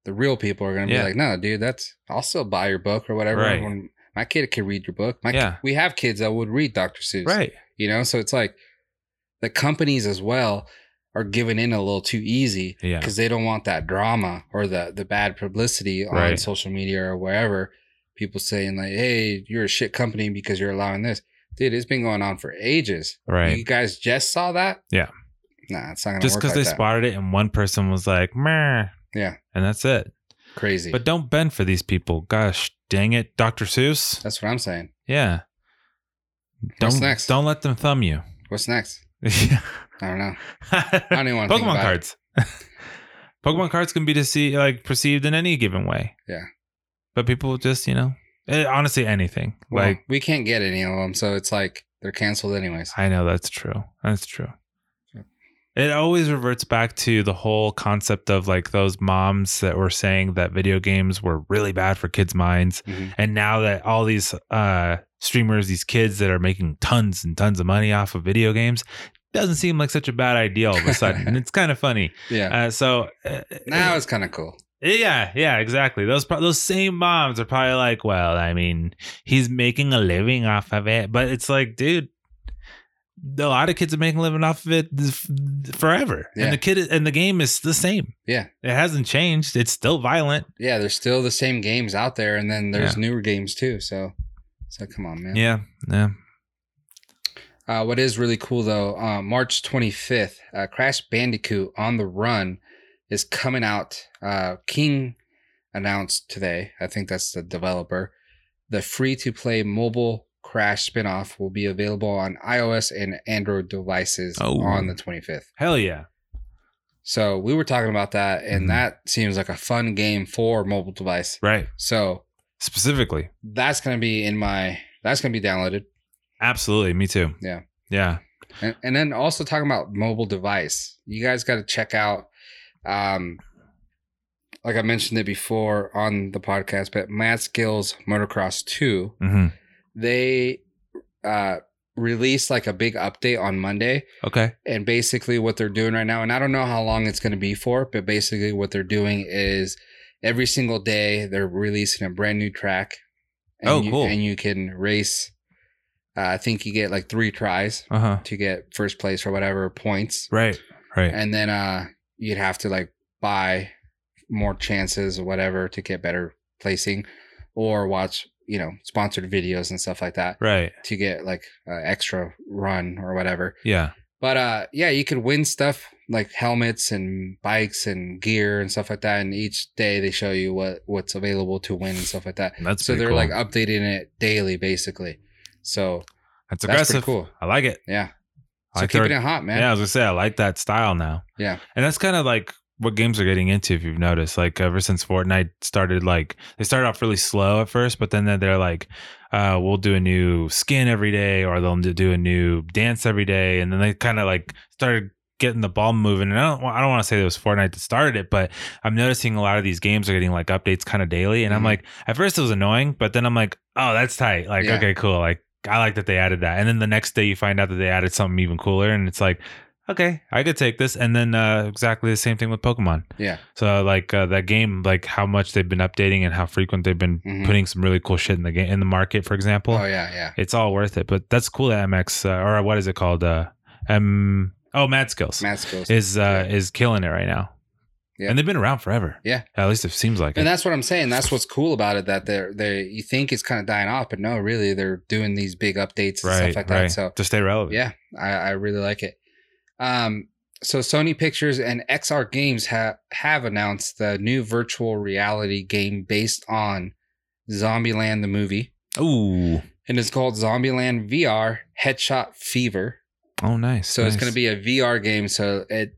[SPEAKER 2] the real people, are gonna
[SPEAKER 3] Yeah.
[SPEAKER 2] be like, "No, dude, that's I'll still buy your book or whatever."
[SPEAKER 3] Right.
[SPEAKER 2] When my kid can read your book, my
[SPEAKER 3] Yeah.
[SPEAKER 2] we have kids that would read Dr. Seuss,
[SPEAKER 3] Right.
[SPEAKER 2] You know, so it's like the companies as well are giving in a little too easy
[SPEAKER 3] Yeah.
[SPEAKER 2] because they don't want that drama or the the bad publicity on
[SPEAKER 3] Right.
[SPEAKER 2] social media or wherever. People saying like, "Hey, you're a shit company because you're allowing this." Dude, it's been going on for ages.
[SPEAKER 3] Right.
[SPEAKER 2] You guys just saw that.
[SPEAKER 3] Yeah.
[SPEAKER 2] Nah, it's not gonna
[SPEAKER 3] just
[SPEAKER 2] work
[SPEAKER 3] because
[SPEAKER 2] like
[SPEAKER 3] they
[SPEAKER 2] that.
[SPEAKER 3] spotted it and one person was like, Meh.
[SPEAKER 2] Yeah.
[SPEAKER 3] And that's it.
[SPEAKER 2] Crazy.
[SPEAKER 3] But don't bend for these people. Gosh dang it, Dr. Seuss.
[SPEAKER 2] that's what I'm saying.
[SPEAKER 3] Yeah. Don't
[SPEAKER 2] What's next?
[SPEAKER 3] don't let them thumb you.
[SPEAKER 2] What's next?
[SPEAKER 3] <laughs>
[SPEAKER 2] I don't know. I
[SPEAKER 3] Pokemon
[SPEAKER 2] don't even want to think about it.
[SPEAKER 3] cards. <laughs> Pokemon cards can be dece- like perceived in any given way.
[SPEAKER 2] Yeah.
[SPEAKER 3] But people just, you know, eh, honestly anything.
[SPEAKER 2] Well,
[SPEAKER 3] like
[SPEAKER 2] we can't get any of them, so it's like they're canceled anyways.
[SPEAKER 3] I know that's true. That's true. It always reverts back to the whole concept of like those moms that were saying that video games were really bad for kids' minds.
[SPEAKER 2] Mhm.
[SPEAKER 3] And now that all these uh, streamers, these kids that are making tons and tons of money off of video games, doesn't seem like such a bad idea all of a sudden. and it's kind of funny.
[SPEAKER 2] Yeah.
[SPEAKER 3] Uh, so, uh,
[SPEAKER 2] now it's kind of cool.
[SPEAKER 3] yeah, yeah, exactly. Those pro- those same moms are probably like, well, I mean, he's making a living off of it, but it's like, dude, a lot of kids are making a living off of it f- forever,
[SPEAKER 2] Yeah.
[SPEAKER 3] and the kid and the game is the same.
[SPEAKER 2] Yeah.
[SPEAKER 3] it hasn't changed. It's still violent.
[SPEAKER 2] Yeah, there's still the same games out there, and then there's newer games too. So, so come on, man.
[SPEAKER 3] Yeah, yeah.
[SPEAKER 2] Uh, what is really cool though, uh, March 25th, uh, Crash Bandicoot on the Run is coming out. Uh, King announced today, I think that's the developer, the free to play mobile Crash spinoff will be available on iOS and Android devices
[SPEAKER 3] Oh.
[SPEAKER 2] on the 25th.
[SPEAKER 3] Hell yeah.
[SPEAKER 2] So we were talking about that, and
[SPEAKER 3] Mhm.
[SPEAKER 2] that seems like a fun game for mobile device.
[SPEAKER 3] Right.
[SPEAKER 2] So
[SPEAKER 3] Specifically.
[SPEAKER 2] that's gonna be in my that's gonna be downloaded.
[SPEAKER 3] Absolutely. Me too.
[SPEAKER 2] Yeah.
[SPEAKER 3] Yeah.
[SPEAKER 2] And, and then also talking about mobile device, you guys got to check out, um, like I mentioned it before on the podcast, but Mad Skills Motocross 2,
[SPEAKER 3] hmm
[SPEAKER 2] they uh, released like a big update on Monday.
[SPEAKER 3] Okay.
[SPEAKER 2] And basically, what they're doing right now, and I don't know how long it's going to be for, but basically, what they're doing is every single day they're releasing a brand new track. And
[SPEAKER 3] Oh,
[SPEAKER 2] you,
[SPEAKER 3] cool.
[SPEAKER 2] And you can race. Uh, I think you get like three tries
[SPEAKER 3] Uh huh.
[SPEAKER 2] to get first place or whatever points.
[SPEAKER 3] Right. Right.
[SPEAKER 2] And then uh you'd have to like buy more chances or whatever to get better placing or watch you know sponsored videos and stuff like that
[SPEAKER 3] Right.
[SPEAKER 2] to get like uh, extra run or whatever.
[SPEAKER 3] Yeah.
[SPEAKER 2] But uh, yeah, you could win stuff like helmets and bikes and gear and stuff like that. And each day they show you what what's available to win and stuff like that.
[SPEAKER 3] That's
[SPEAKER 2] so
[SPEAKER 3] pretty
[SPEAKER 2] they're
[SPEAKER 3] cool.
[SPEAKER 2] like updating it daily, basically. So that's
[SPEAKER 3] that's
[SPEAKER 2] pretty
[SPEAKER 3] aggressive.
[SPEAKER 2] cool.
[SPEAKER 3] I like it.
[SPEAKER 2] Yeah.
[SPEAKER 3] I
[SPEAKER 2] So
[SPEAKER 3] like
[SPEAKER 2] keeping
[SPEAKER 3] their-
[SPEAKER 2] it hot, man.
[SPEAKER 3] Yeah, I was gonna say I like that style now.
[SPEAKER 2] Yeah.
[SPEAKER 3] and that's kind of like what games are getting into. If you've noticed, like ever since Fortnite started, like they started off really slow at first, but then they're like, uh, "We'll do a new skin every day," or they'll do a new dance every day, and then they kind of like started getting the ball moving. And I don't, I don't want to say it was Fortnite that started it, but I'm noticing a lot of these games are getting like updates kind of daily, and I'm
[SPEAKER 2] Mhm.
[SPEAKER 3] like, at first it was annoying, but then I'm like, oh, that's tight. Like,
[SPEAKER 2] Yeah.
[SPEAKER 3] okay, cool. Like, I like that they added that. And then the next day you find out that they added something even cooler, and it's like, okay, I could take this. And then uh, exactly the same thing with Pokemon.
[SPEAKER 2] Yeah.
[SPEAKER 3] So like uh, that game, like how much they've been updating and how frequent they've been
[SPEAKER 2] Mhm.
[SPEAKER 3] putting some really cool shit in the game in the market, for example.
[SPEAKER 2] Oh yeah, yeah.
[SPEAKER 3] It's all worth it. But that's cool that MX uh, or what is it called? Uh, M oh Mad Skills
[SPEAKER 2] Math skills.
[SPEAKER 3] is uh,
[SPEAKER 2] yeah.
[SPEAKER 3] is killing it right now.
[SPEAKER 2] Yeah.
[SPEAKER 3] And they've been around forever.
[SPEAKER 2] Yeah.
[SPEAKER 3] At least it seems like
[SPEAKER 2] And
[SPEAKER 3] it.
[SPEAKER 2] that's what I'm saying. That's what's cool about it. That they're they you think it's kind of dying off, but no, really they're doing these big updates and
[SPEAKER 3] Right,
[SPEAKER 2] stuff like
[SPEAKER 3] right.
[SPEAKER 2] that. So
[SPEAKER 3] to stay relevant.
[SPEAKER 2] yeah, I, I really like it. Um, so Sony Pictures and XR Games have have announced the new virtual reality game based on Zombieland the movie,
[SPEAKER 3] Ooh.
[SPEAKER 2] and it's called Zombieland VR Headshot Fever.
[SPEAKER 3] Oh, nice.
[SPEAKER 2] So it's
[SPEAKER 3] nice.
[SPEAKER 2] going to be a VR game. So it,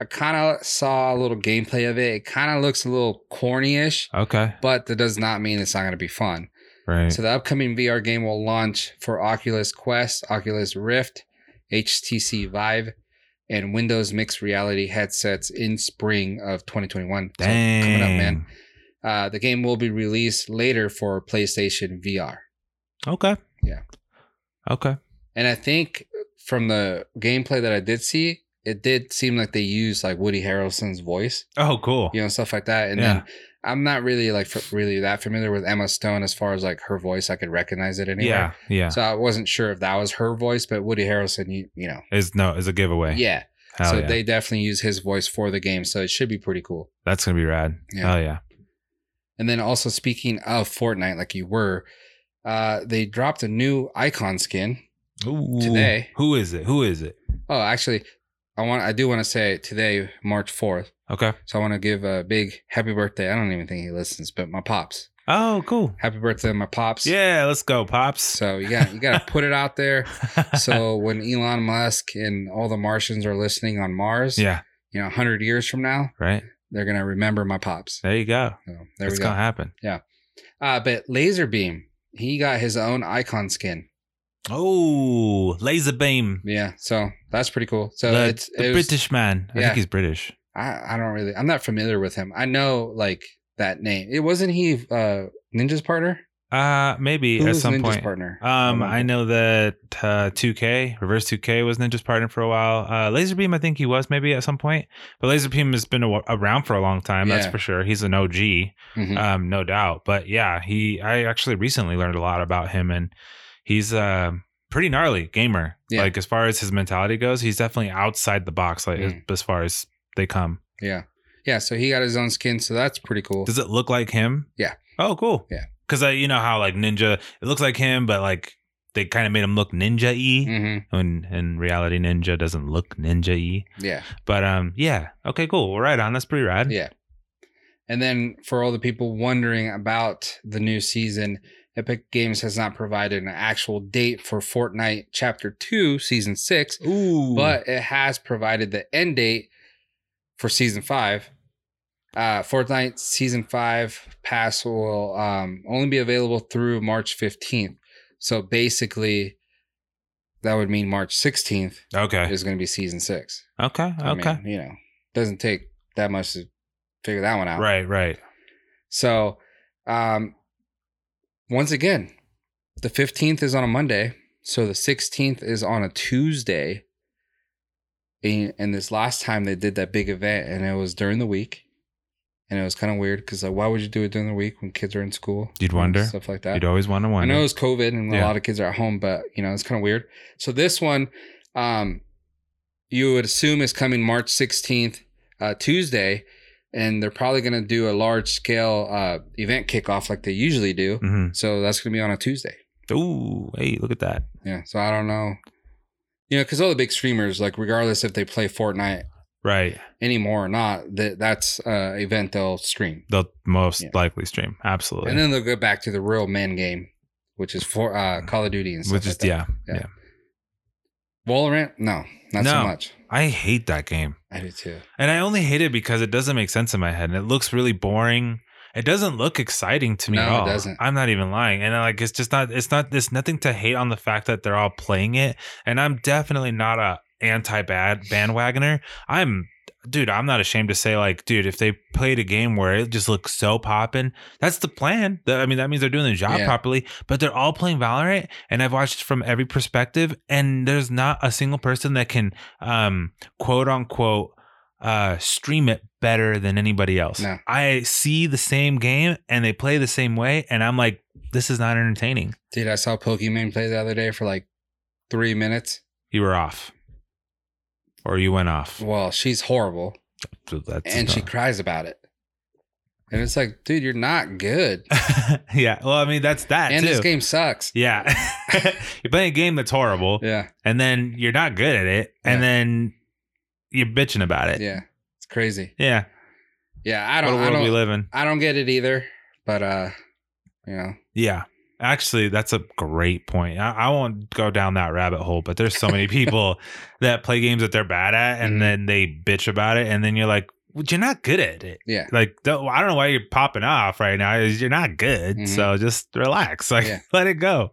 [SPEAKER 2] I kind of saw a little gameplay of it. It kind of looks a little corny-ish,
[SPEAKER 3] okay.
[SPEAKER 2] but that does not mean it's not going to be fun.
[SPEAKER 3] Right.
[SPEAKER 2] So the upcoming VR game will launch for Oculus Quest, Oculus Rift, HTC Vive, and Windows mixed reality headsets in spring of 2021. So
[SPEAKER 3] Dang.
[SPEAKER 2] coming up, man. Uh, the game will be released later for PlayStation VR.
[SPEAKER 3] Okay.
[SPEAKER 2] Yeah.
[SPEAKER 3] Okay.
[SPEAKER 2] And I think from the gameplay that I did see, it did seem like they used like Woody Harrelson's voice,
[SPEAKER 3] Oh, cool.
[SPEAKER 2] you know, stuff like that. And then I'm not really like f- really that familiar with Emma Stone as far as like her voice. I could recognize it anywhere.
[SPEAKER 3] Yeah. Yeah.
[SPEAKER 2] So I wasn't sure if that was her voice, but Woody Harrelson, you, you know,
[SPEAKER 3] is no is a giveaway.
[SPEAKER 2] yeah.
[SPEAKER 3] Eh. Hell
[SPEAKER 2] so
[SPEAKER 3] yeah.
[SPEAKER 2] they definitely use his voice for the game, so it should be pretty cool.
[SPEAKER 3] That's gonna be rad.
[SPEAKER 2] Yeah.
[SPEAKER 3] Hell yeah.
[SPEAKER 2] And then also speaking of Fortnite, like you were, uh, they dropped a new icon skin.
[SPEAKER 3] Ooh.
[SPEAKER 2] Today.
[SPEAKER 3] Who is it? Who is it?
[SPEAKER 2] Oh, actually, I want I do want to say today, March fourth.
[SPEAKER 3] Okay.
[SPEAKER 2] So I want to give a big happy birthday. I don't even think he listens, but my pops.
[SPEAKER 3] Oh, cool.
[SPEAKER 2] Happy birthday, to my pops.
[SPEAKER 3] Yeah, let's
[SPEAKER 2] <laughs>
[SPEAKER 3] go, pops.
[SPEAKER 2] So you got you got to put it out
[SPEAKER 3] <laughs>
[SPEAKER 2] there. So when Elon Musk and all the Martians are listening on Mars,
[SPEAKER 3] yeah.
[SPEAKER 2] you know, 100 years from now,
[SPEAKER 3] Right.
[SPEAKER 2] they're going to remember my pops.
[SPEAKER 3] There you go.
[SPEAKER 2] So there
[SPEAKER 3] it's
[SPEAKER 2] we
[SPEAKER 3] gonna
[SPEAKER 2] go.
[SPEAKER 3] happen.
[SPEAKER 2] Uh, but Laserbeam, he got his own icon skin.
[SPEAKER 3] Oh, laser beam.
[SPEAKER 2] Yeah. So that's pretty cool. So
[SPEAKER 3] the
[SPEAKER 2] it's,
[SPEAKER 3] the
[SPEAKER 2] it was-
[SPEAKER 3] British man. I
[SPEAKER 2] Yeah.
[SPEAKER 3] think he's British.
[SPEAKER 2] I, I don't really, I'm not familiar with him. I know like that name. It wasn't he uh, Ninja's partner?
[SPEAKER 3] Uh maybe
[SPEAKER 2] Who
[SPEAKER 3] at
[SPEAKER 2] was
[SPEAKER 3] some
[SPEAKER 2] Ninja's
[SPEAKER 3] point.
[SPEAKER 2] partner?
[SPEAKER 3] Um,
[SPEAKER 2] don't
[SPEAKER 3] I know that uh, 2K, Reverse 2K was Ninja's partner for a while. Uh, Laserbeam, I think he was maybe at some point, but Laserbeam has been a- around for a long time. That's
[SPEAKER 2] Yeah.
[SPEAKER 3] for sure. He's an OG,
[SPEAKER 2] Mhm.
[SPEAKER 3] um, no doubt. But yeah, he I actually recently learned a lot about him, and he's a pretty gnarly gamer.
[SPEAKER 2] Yeah.
[SPEAKER 3] Like as far as his mentality goes, he's definitely outside the box. Like as,
[SPEAKER 2] Mm.
[SPEAKER 3] as far as they come,
[SPEAKER 2] Yeah. Yeah. So he got his own skin. So that's pretty cool.
[SPEAKER 3] does it look like him?
[SPEAKER 2] Yeah.
[SPEAKER 3] Oh, cool.
[SPEAKER 2] Yeah.
[SPEAKER 3] Because uh, you know how like Ninja, it looks like him, but like. They kind of made him look ninja y
[SPEAKER 2] hmm
[SPEAKER 3] when in reality ninja doesn't look ninja y
[SPEAKER 2] Yeah.
[SPEAKER 3] but um yeah okay cool well, right on that's pretty rad
[SPEAKER 2] Yeah. And then for all the people wondering about the new season, Epic Games has not provided an actual date for Fortnite Chapter 2, Season 6,
[SPEAKER 3] ooh
[SPEAKER 2] but it has provided the end date for Season 5. Uh, Fortnite Season 5 Pass will um, only be available through March 15th. So basically, that would mean March 16th
[SPEAKER 3] okay
[SPEAKER 2] is going to be Season 6.
[SPEAKER 3] okay
[SPEAKER 2] I mean,
[SPEAKER 3] okay
[SPEAKER 2] you know, doesn't take that much to figure that one out.
[SPEAKER 3] right right
[SPEAKER 2] So, um, once again, the 15th is on a Monday. So the 16th is on a Tuesday. And, and this last time they did that big event and it was during the week. And it was kind of weird because like, why would you do it during the week when kids are in school?
[SPEAKER 3] You'd
[SPEAKER 2] and
[SPEAKER 3] wonder.
[SPEAKER 2] Stuff like that.
[SPEAKER 3] you'd always want to
[SPEAKER 2] I
[SPEAKER 3] wonder
[SPEAKER 2] know it's COVID and
[SPEAKER 3] Yeah.
[SPEAKER 2] a lot of kids are at home, but you know, it's kind of weird. So this one, um, you would assume is coming March 16th, uh, Tuesday. and they're probably going to do a large scale uh, event kickoff like they usually do.
[SPEAKER 3] Mhm.
[SPEAKER 2] So that's going to be on a Tuesday.
[SPEAKER 3] Ooh, hey, look at that.
[SPEAKER 2] Yeah. So I don't know. You know, because all the big streamers, like regardless if they play Fortnite
[SPEAKER 3] Right.
[SPEAKER 2] anymore or not, that that's uh, event they'll stream,
[SPEAKER 3] They'll most
[SPEAKER 2] Yeah.
[SPEAKER 3] likely stream. Absolutely.
[SPEAKER 2] and then they'll go back to the real men game, which is for uh, Call of Duty and stuff.
[SPEAKER 3] Mm. Which is,
[SPEAKER 2] like that.
[SPEAKER 3] yeah.
[SPEAKER 2] Valorant? No, not so
[SPEAKER 3] No.
[SPEAKER 2] much.
[SPEAKER 3] I hate that game.
[SPEAKER 2] I do too.
[SPEAKER 3] And I only hate it because it doesn't make sense in my head and it looks really boring. It doesn't look exciting to me
[SPEAKER 2] No,
[SPEAKER 3] at
[SPEAKER 2] it
[SPEAKER 3] all.
[SPEAKER 2] doesn't.
[SPEAKER 3] I'm not even lying. And like it's just not it's not there's nothing to hate on the fact that they're all playing it. And I'm definitely not a anti bad bandwagoner. I'm dude, I'm not ashamed to say like, dude, if they played a game where it just looks so poppin', that's the plan. That- I mean, that means they're doing their job
[SPEAKER 2] Yeah.
[SPEAKER 3] properly, but they're all playing Valorant and I've watched from every perspective and there's not a single person that can um quote unquote uh stream it better than anybody else.
[SPEAKER 2] No.
[SPEAKER 3] I see the same game and they play the same way and I'm like this is not entertaining.
[SPEAKER 2] Dude, I saw Pokemon play the other day for like three minutes.
[SPEAKER 3] You were off. Or you went off.
[SPEAKER 2] Well, she's horrible,
[SPEAKER 3] So that's
[SPEAKER 2] and she
[SPEAKER 3] not-
[SPEAKER 2] cries about it. And it's like, dude, you're not good.
[SPEAKER 3] <laughs> yeah. Well, I mean that's that
[SPEAKER 2] and
[SPEAKER 3] too.
[SPEAKER 2] this game sucks.
[SPEAKER 3] yeah. <laughs> you're playing a game that's horrible
[SPEAKER 2] Yeah,
[SPEAKER 3] and then you're not good at it and
[SPEAKER 2] Yeah.
[SPEAKER 3] then you're bitching about it.
[SPEAKER 2] yeah, it's crazy.
[SPEAKER 3] Yeah.
[SPEAKER 2] Yeah, I
[SPEAKER 3] What a
[SPEAKER 2] don't, I
[SPEAKER 3] world we
[SPEAKER 2] don't,
[SPEAKER 3] live in.
[SPEAKER 2] I don't get it either. But uh, you know,
[SPEAKER 3] Yeah. Actually, that's a great point. I, I won't go down that rabbit hole, but there's so
[SPEAKER 2] <laughs>
[SPEAKER 3] many people that play games that they're bad at and
[SPEAKER 2] Mhm.
[SPEAKER 3] then they bitch about it. And then you're like, well, you're not good at it.
[SPEAKER 2] Yeah.
[SPEAKER 3] Like, don't, I don't know why you're popping off right now. is You're not good.
[SPEAKER 2] Mhm.
[SPEAKER 3] So just relax. <laughs> Like,
[SPEAKER 2] Yeah.
[SPEAKER 3] let it go.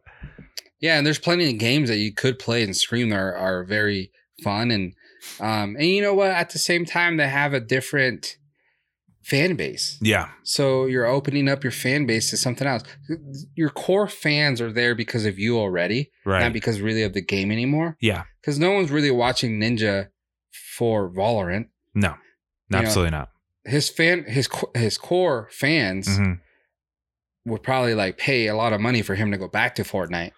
[SPEAKER 2] yeah, and there's plenty of games that you could play and stream that are, are very fun and um, and you know what? At the same time, they have a different fan base.
[SPEAKER 3] Yeah.
[SPEAKER 2] So you're opening up your fan base to something else. Your core fans are there because of you already, not
[SPEAKER 3] Right.
[SPEAKER 2] because really of the game anymore.
[SPEAKER 3] yeah.
[SPEAKER 2] Because no one's really watching Ninja for Valorant.
[SPEAKER 3] No,
[SPEAKER 2] You know,
[SPEAKER 3] absolutely not.
[SPEAKER 2] His fan, his co- his core fans
[SPEAKER 3] Mhm. Mm-hmm.
[SPEAKER 2] would probably like pay a lot of money for him to go back to Fortnite.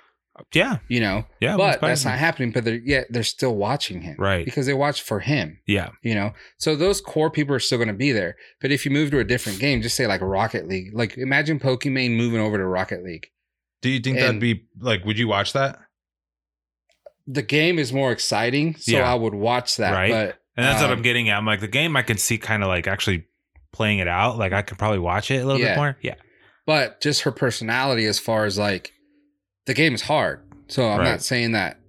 [SPEAKER 3] Yeah.
[SPEAKER 2] You know,
[SPEAKER 3] Yeah. most
[SPEAKER 2] but that's
[SPEAKER 3] probably.
[SPEAKER 2] not happening. But they're yet they're still watching him,
[SPEAKER 3] Right.
[SPEAKER 2] Because they watch for him.
[SPEAKER 3] Yeah.
[SPEAKER 2] You know, so those core people are still going to be there. But if you move to a different game, just say like Rocket League. Like imagine Pokimane moving over to Rocket League.
[SPEAKER 3] Do you think
[SPEAKER 2] And-
[SPEAKER 3] be like, would you watch that?
[SPEAKER 2] the game is more exciting, so
[SPEAKER 3] Yeah.
[SPEAKER 2] I would watch that.
[SPEAKER 3] Right.
[SPEAKER 2] But
[SPEAKER 3] And that's what
[SPEAKER 2] Um,
[SPEAKER 3] I'm getting at. I'm like the game I can see kind of like actually playing it out. Like I could probably watch it a little
[SPEAKER 2] Yeah.
[SPEAKER 3] bit more. Yeah.
[SPEAKER 2] but just her personality, as far as like the game is hard, so I'm
[SPEAKER 3] Right.
[SPEAKER 2] not saying that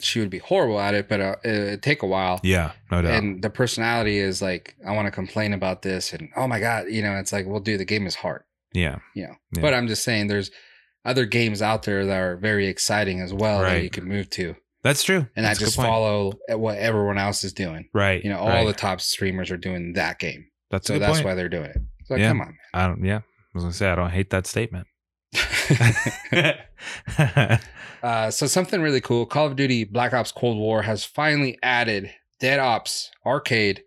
[SPEAKER 2] she would be horrible at it, but uh, it, it'd take a while.
[SPEAKER 3] Yeah. No doubt.
[SPEAKER 2] And the personality is like, I want to complain about this, and oh my god, you know, it's like, well, dude, the game is hard,
[SPEAKER 3] yeah.
[SPEAKER 2] you know.
[SPEAKER 3] Yeah.
[SPEAKER 2] But I'm just saying, there's other games out there that are very exciting as well that
[SPEAKER 3] Right.
[SPEAKER 2] you can move to,
[SPEAKER 3] That's true.
[SPEAKER 2] and
[SPEAKER 3] that's
[SPEAKER 2] I
[SPEAKER 3] a good
[SPEAKER 2] just
[SPEAKER 3] point.
[SPEAKER 2] follow what everyone else is doing.
[SPEAKER 3] Right.
[SPEAKER 2] You know, all
[SPEAKER 3] right.
[SPEAKER 2] the top streamers are doing that game.
[SPEAKER 3] That's
[SPEAKER 2] So
[SPEAKER 3] a good
[SPEAKER 2] that's
[SPEAKER 3] point.
[SPEAKER 2] why they're doing it. It's like,
[SPEAKER 3] Yeah.
[SPEAKER 2] come on,
[SPEAKER 3] I don't. Yeah. I was gonna say I don't hate
[SPEAKER 2] <laughs>
[SPEAKER 3] that statement. <laughs>
[SPEAKER 2] man.
[SPEAKER 3] <laughs>
[SPEAKER 2] <laughs> uh, so something really cool. Call of Duty Black Ops Cold War has finally added Dead Ops Arcade,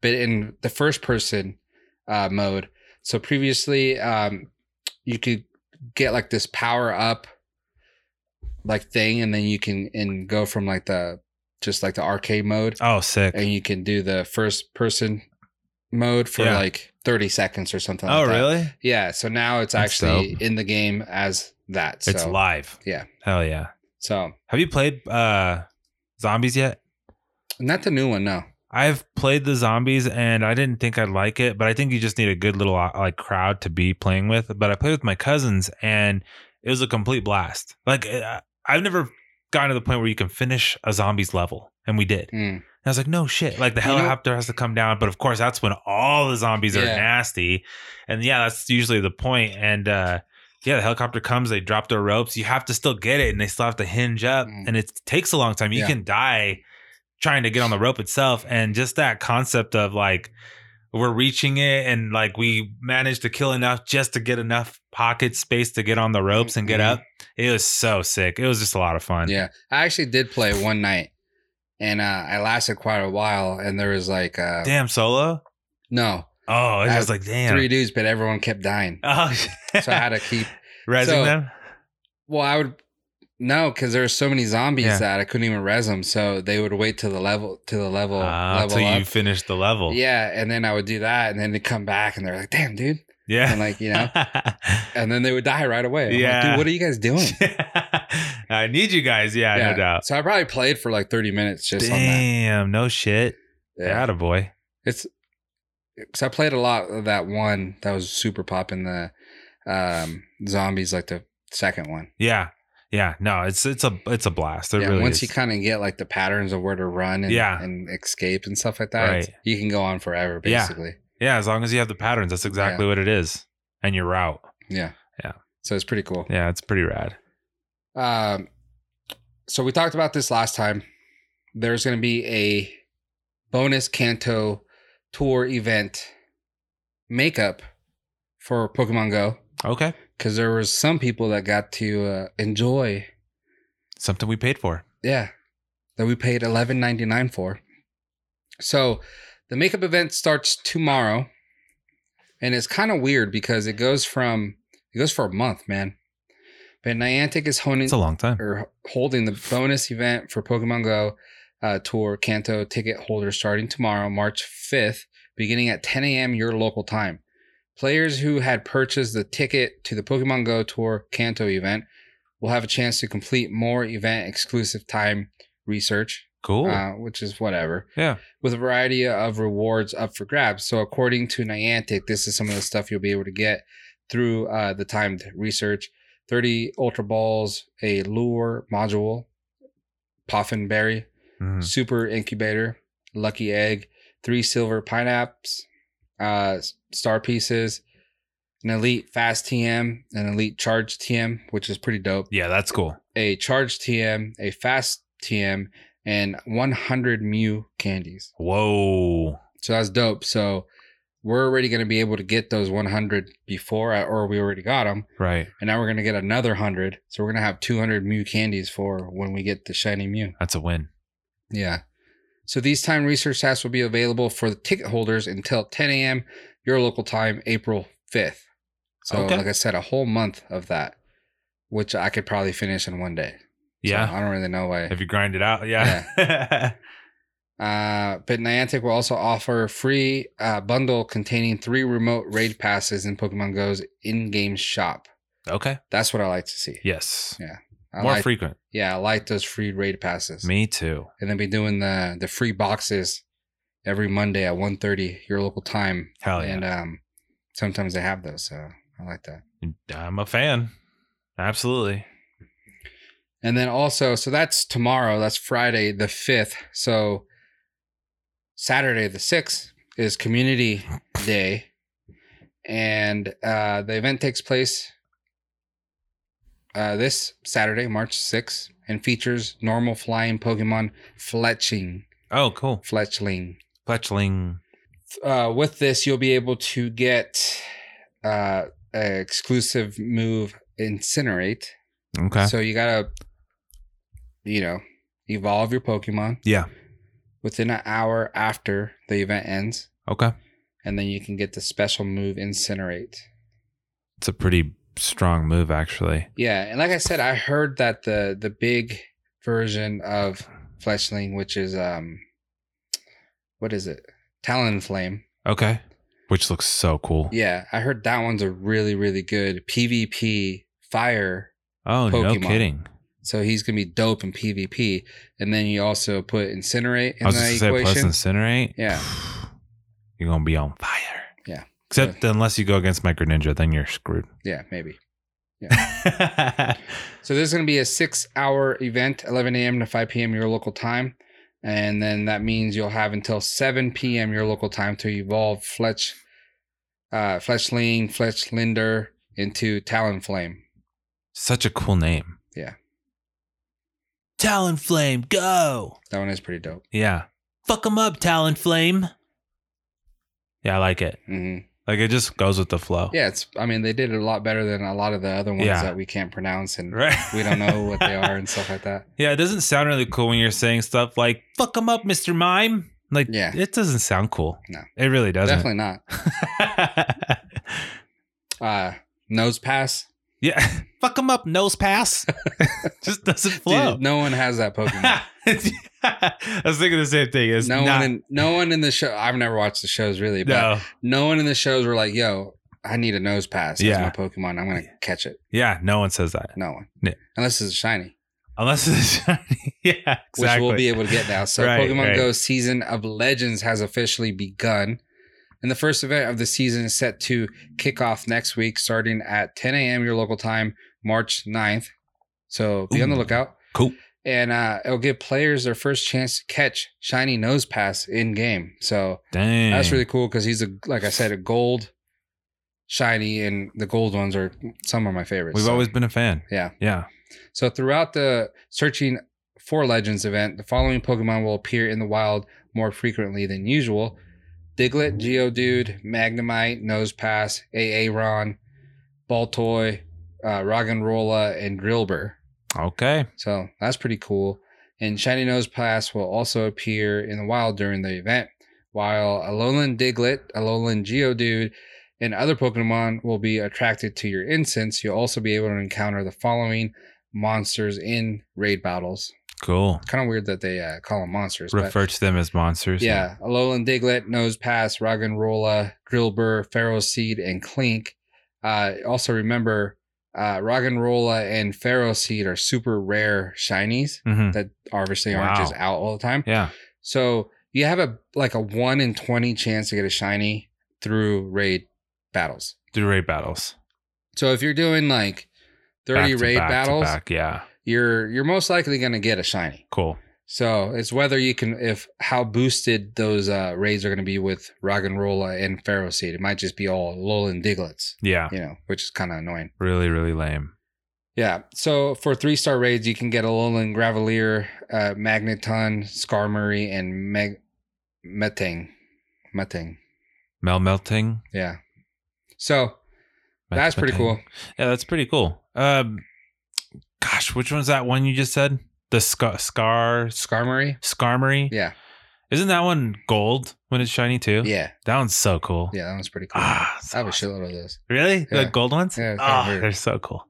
[SPEAKER 2] but in the first person uh, mode. So previously, um, you could get like this power up like thing, and then you can and go from like the just like the arcade mode,
[SPEAKER 3] oh, sick.
[SPEAKER 2] and you can do the first person mode for
[SPEAKER 3] Yeah.
[SPEAKER 2] like thirty seconds or something.
[SPEAKER 3] Oh,
[SPEAKER 2] like that.
[SPEAKER 3] really?
[SPEAKER 2] Yeah, so now it's
[SPEAKER 3] That's
[SPEAKER 2] actually in the game as that. So,
[SPEAKER 3] It's live.
[SPEAKER 2] Yeah.
[SPEAKER 3] Hell yeah.
[SPEAKER 2] so
[SPEAKER 3] Have you played uh zombies yet?
[SPEAKER 2] not the new one, no.
[SPEAKER 3] I've played the zombies and I didn't think I'd like it, but I think you just need a good little uh, like crowd to be playing with. But I played with my cousins and it was a complete blast. Like uh, I've never gotten to the point where you can finish a zombies level, and we did. And
[SPEAKER 2] Mm.
[SPEAKER 3] I was like, no shit! Like the
[SPEAKER 2] You know-
[SPEAKER 3] helicopter has to come down, but of course that's when all the zombies are
[SPEAKER 2] Yeah.
[SPEAKER 3] nasty, and yeah, that's usually the point. And uh, yeah, the helicopter comes, they drop their ropes. You have to still get it, and they still have to hinge up,
[SPEAKER 2] Mm.
[SPEAKER 3] and it takes a long time. You
[SPEAKER 2] Yeah.
[SPEAKER 3] can die trying to get on the rope itself, and just that concept of like we're reaching it, and like we managed to kill enough just to get enough pocket space to get on the ropes and get
[SPEAKER 2] Mhm.
[SPEAKER 3] up. It was so sick. It was just a lot of fun.
[SPEAKER 2] Yeah, I actually did play one night, and uh, I lasted quite a while. And there was like uh,
[SPEAKER 3] Damn solo.
[SPEAKER 2] no
[SPEAKER 3] Oh, it's
[SPEAKER 2] I
[SPEAKER 3] just like damn.
[SPEAKER 2] three dudes, but everyone kept dying,
[SPEAKER 3] Oh, <laughs>
[SPEAKER 2] so I had to keep.
[SPEAKER 3] rezzing
[SPEAKER 2] so-
[SPEAKER 3] them.
[SPEAKER 2] Well, I would No, because there were so many zombies
[SPEAKER 3] Yeah.
[SPEAKER 2] that I couldn't even res them. So they would wait till the level to the level
[SPEAKER 3] Ah,
[SPEAKER 2] level
[SPEAKER 3] until you
[SPEAKER 2] up.
[SPEAKER 3] finish the level.
[SPEAKER 2] Yeah, and then I would do that, and then they come back, and they're like, "Damn, dude!" <laughs>
[SPEAKER 3] Yeah.
[SPEAKER 2] And like you
[SPEAKER 3] <laughs>
[SPEAKER 2] know, and then they would die right away. I'm like,
[SPEAKER 3] Yeah.
[SPEAKER 2] dude, what are you guys doing?
[SPEAKER 3] I need you guys. Yeah,
[SPEAKER 2] Yeah.
[SPEAKER 3] no doubt.
[SPEAKER 2] So I probably played for like 30 minutes just on
[SPEAKER 3] Damn, no shit.
[SPEAKER 2] that.
[SPEAKER 3] Yeah.
[SPEAKER 2] Yeah.
[SPEAKER 3] boy.
[SPEAKER 2] It's because I played a lot of that one that was super pop in the um, zombies, like the second one.
[SPEAKER 3] Yeah. Yeah. No, it's it's a it's a blast. It
[SPEAKER 2] yeah,
[SPEAKER 3] really
[SPEAKER 2] once
[SPEAKER 3] is.
[SPEAKER 2] you kind of get like the patterns of where to run and,
[SPEAKER 3] Yeah.
[SPEAKER 2] and escape and stuff like that,
[SPEAKER 3] Right.
[SPEAKER 2] you can go on forever
[SPEAKER 3] Yeah.
[SPEAKER 2] basically.
[SPEAKER 3] yeah, as long as you have the patterns, that's exactly what it is. And your route.
[SPEAKER 2] Yeah.
[SPEAKER 3] Yeah.
[SPEAKER 2] So it's pretty cool.
[SPEAKER 3] Yeah, it's pretty rad.
[SPEAKER 2] Um, so we talked about this last time. There's going to be a bonus Kanto tour event makeup for Pokemon Go
[SPEAKER 3] Okay.
[SPEAKER 2] because there was some people that got to uh, enjoy,
[SPEAKER 3] Something we paid for.
[SPEAKER 2] yeah, that we paid eleven ninety nine for. So the makeup event starts tomorrow, and it's kind of weird because it goes from it goes for a month, man. But Niantic is honing
[SPEAKER 3] It's a long time.
[SPEAKER 2] are holding the bonus event for Pokemon Go uh, Tour Kanto ticket holders starting tomorrow, March 5th, beginning at 10 a.m. your local time. Players who had purchased the ticket to the Pokemon Go Tour Kanto event will have a chance to complete more event exclusive time research,
[SPEAKER 3] Cool.
[SPEAKER 2] uh, which is whatever.
[SPEAKER 3] Yeah.
[SPEAKER 2] With a variety of rewards up for grabs. So, according to Niantic, this is some of the stuff you'll be able to get through uh, the timed research 30 Ultra Balls, a lure module, Poffin Berry,
[SPEAKER 3] Mhm.
[SPEAKER 2] Super Incubator, Lucky Egg, three silver pineapps, uh, star pieces, an elite fast TM, an elite charge TM, which is pretty dope
[SPEAKER 3] Yeah, that's cool.
[SPEAKER 2] a charge TM, a fast TM, and 100 Mew candies.
[SPEAKER 3] Whoa.
[SPEAKER 2] So that's dope. So we're already going to be able to get those 100 before, I- or we already got them.
[SPEAKER 3] Right.
[SPEAKER 2] And now we're going to get another 100. So we're going to have 200 Mew candies for when we get the shiny Mew.
[SPEAKER 3] That's a win.
[SPEAKER 2] Yeah. So these time research tasks will be available for the ticket holders until 10 a.m. your local time, April 5th. So,
[SPEAKER 3] Okay.
[SPEAKER 2] like I said, a whole month of that, which I could probably finish in one day. So
[SPEAKER 3] Yeah.
[SPEAKER 2] I don't really know why.
[SPEAKER 3] If you grind it out, yeah.
[SPEAKER 2] Uh, but Niantic will also offer a free uh, bundle containing three remote raid passes in Pokemon Go's in-game shop.
[SPEAKER 3] <laughs> okay.
[SPEAKER 2] That's what I like to see.
[SPEAKER 3] Yes.
[SPEAKER 2] I
[SPEAKER 3] More
[SPEAKER 2] like,
[SPEAKER 3] frequent.
[SPEAKER 2] yeah, I like those free raid passes.
[SPEAKER 3] Me too.
[SPEAKER 2] And then be doing the the free boxes every Monday at 1.30 your local time.
[SPEAKER 3] Hell yeah.
[SPEAKER 2] And um, sometimes they have those, so I like that.
[SPEAKER 3] I'm a fan. Absolutely.
[SPEAKER 2] And then also, so that's tomorrow. That's Friday the fifth. So Saturday the sixth is Community Day, and uh, the event takes place uh, this Saturday, March sixth, and features normal flying Pokemon Fletching,
[SPEAKER 3] Oh, cool.
[SPEAKER 2] Fletchling.
[SPEAKER 3] Fletchling.
[SPEAKER 2] Uh, with this, you'll be able to get uh, an exclusive move Incinerate.
[SPEAKER 3] Okay.
[SPEAKER 2] So you gotta, you know, evolve your Pokemon
[SPEAKER 3] yeah.
[SPEAKER 2] within an hour after the event ends,
[SPEAKER 3] Okay.
[SPEAKER 2] and then you can get the special move Incinerate.
[SPEAKER 3] It's a pretty strong move, actually.
[SPEAKER 2] Yeah, and like I said, I heard that the the big version of Fletchling, which is um, what is it, Talonflame?
[SPEAKER 3] Okay. Which looks so cool.
[SPEAKER 2] Yeah, I heard that one's a really really good PvP fire.
[SPEAKER 3] Oh,
[SPEAKER 2] Pokemon.
[SPEAKER 3] no kidding.
[SPEAKER 2] So he's gonna be dope in PvP, and then you also put Incinerate in
[SPEAKER 3] I was
[SPEAKER 2] the
[SPEAKER 3] just going to say,
[SPEAKER 2] equation.
[SPEAKER 3] plus incinerate.
[SPEAKER 2] Yeah.
[SPEAKER 3] <sighs> You're going to be on fire.
[SPEAKER 2] Yeah.
[SPEAKER 3] Except unless you go against Micro Ninja, then
[SPEAKER 2] <laughs>
[SPEAKER 3] you're screwed.
[SPEAKER 2] yeah, maybe. So there's going to be a six-hour event, 11 a.m. to 5 p.m. your local time, and then that means you'll have until 7 p.m. your local time to evolve Fletch, uh, Fletchling, Fletchlinder into Talonflame.
[SPEAKER 3] Such a cool name.
[SPEAKER 2] Yeah.
[SPEAKER 3] Talonflame, go.
[SPEAKER 2] That one is pretty dope.
[SPEAKER 3] Yeah. Fuck them up, Talonflame. Yeah, I like it.
[SPEAKER 2] hmm
[SPEAKER 3] Like it just goes with the flow.
[SPEAKER 2] Yeah, it's. I mean, they did it a lot better than a lot of the other ones
[SPEAKER 3] Yeah.
[SPEAKER 2] that we can't pronounce and
[SPEAKER 3] <laughs> Right.
[SPEAKER 2] we don't know what they are
[SPEAKER 3] <laughs>
[SPEAKER 2] and stuff like that.
[SPEAKER 3] Yeah, it doesn't sound really cool when you're saying stuff like "fuck them up, Mister Mime." Like,
[SPEAKER 2] Yeah.
[SPEAKER 3] it doesn't sound cool.
[SPEAKER 2] No.
[SPEAKER 3] it really doesn't.
[SPEAKER 2] Definitely not. Uh, nose pass.
[SPEAKER 3] <laughs> Yeah. <laughs> Fuck them up, nose pass. <laughs> Just doesn't flow.
[SPEAKER 2] Dude, no one has
[SPEAKER 3] <laughs>
[SPEAKER 2] that Pokemon.
[SPEAKER 3] I was thinking the same thing. It's
[SPEAKER 2] no one
[SPEAKER 3] not,
[SPEAKER 2] in no one in the show. I've never watched the shows really, but
[SPEAKER 3] no.
[SPEAKER 2] no one in the shows were like, "Yo, I need a nose pass. That's
[SPEAKER 3] Yeah.
[SPEAKER 2] my Pokemon. I'm gonna catch it."
[SPEAKER 3] Yeah, no one says that.
[SPEAKER 2] No one,
[SPEAKER 3] Yeah.
[SPEAKER 2] unless it's a shiny,
[SPEAKER 3] Unless it's <laughs> shiny. yeah, exactly.
[SPEAKER 2] which we'll be able to get now. So,
[SPEAKER 3] <laughs> Right,
[SPEAKER 2] Pokemon
[SPEAKER 3] right.
[SPEAKER 2] Go Season of Legends has officially begun, and the first event of the season is set to kick off next week, starting at 10 a.m. your local time, March 9th. So, be on the
[SPEAKER 3] Ooh.
[SPEAKER 2] lookout.
[SPEAKER 3] Cool.
[SPEAKER 2] And uh, it'll give players their first chance to catch shiny nose pass in game. So,
[SPEAKER 3] Dang.
[SPEAKER 2] That's really cool because he's a like I said a gold shiny, and the gold ones are some of my favorites.
[SPEAKER 3] We've
[SPEAKER 2] so,
[SPEAKER 3] always been a fan.
[SPEAKER 2] yeah.
[SPEAKER 3] Yeah.
[SPEAKER 2] So throughout the searching for legends event, the following Pokemon will appear in the wild more frequently than usual: Diglett, Geodude, Magnemite, Nosepass, Aaron, Baltoy, uh, Roggenrola, and Drillbur.
[SPEAKER 3] Okay.
[SPEAKER 2] So that's pretty cool. And Shiny Nose Pass will also appear in the wild during the event, while Alolan Diglett, Alolan Geodude, and other Pokemon will be attracted to your incense. You'll also be able to encounter the following monsters in raid battles.
[SPEAKER 3] Cool.
[SPEAKER 2] Kind of weird that they uh, call them monsters. but-
[SPEAKER 3] Refer to them as monsters.
[SPEAKER 2] yeah, Alolan Diglett, Nose Pass, Roggenrola, Drillbur, Pharaoh Seed, and Clink. Uh, also remember, uh, Roggenrola and Pharaoh Seed are super rare shinies
[SPEAKER 3] Mhm.
[SPEAKER 2] that obviously aren't
[SPEAKER 3] Wow.
[SPEAKER 2] just out all the time.
[SPEAKER 3] Yeah.
[SPEAKER 2] So you have a like a one in twenty chance to get a shiny through raid battles.
[SPEAKER 3] Do raid battles.
[SPEAKER 2] So if you're doing like thirty
[SPEAKER 3] Back to
[SPEAKER 2] raid
[SPEAKER 3] back to
[SPEAKER 2] battles,
[SPEAKER 3] back. Yeah.
[SPEAKER 2] you're you're most likely going to get a shiny.
[SPEAKER 3] Cool.
[SPEAKER 2] So it's whether you can, if how boosted those uh, raids are going to be with Roggenrola and Pharaoh Seed. It might just be all Lolan Diglets,
[SPEAKER 3] Yeah.
[SPEAKER 2] you know, which is kind of annoying.
[SPEAKER 3] Really, really lame.
[SPEAKER 2] Yeah. So for three star raids, you can get a Lolan Gravelier, uh, Magneton, Skarmory, and Meg- Metang. Metang.
[SPEAKER 3] Mel melting.
[SPEAKER 2] Yeah. So that's pretty
[SPEAKER 3] Melting.
[SPEAKER 2] cool.
[SPEAKER 3] Yeah, that's pretty cool. Um, gosh, which one's that one you just said? The scar, scar,
[SPEAKER 2] Skarmory.
[SPEAKER 3] scarmory.
[SPEAKER 2] Yeah.
[SPEAKER 3] Isn't that one gold when it's shiny too?
[SPEAKER 2] Yeah.
[SPEAKER 3] that one's so cool.
[SPEAKER 2] Yeah. That one's pretty cool.
[SPEAKER 3] Ah,
[SPEAKER 2] I
[SPEAKER 3] so
[SPEAKER 2] have a
[SPEAKER 3] awesome.
[SPEAKER 2] shitload of those.
[SPEAKER 3] really
[SPEAKER 2] Yeah.
[SPEAKER 3] the gold ones.
[SPEAKER 2] Yeah, it's kinda
[SPEAKER 3] Ah,
[SPEAKER 2] weird.
[SPEAKER 3] they're so cool.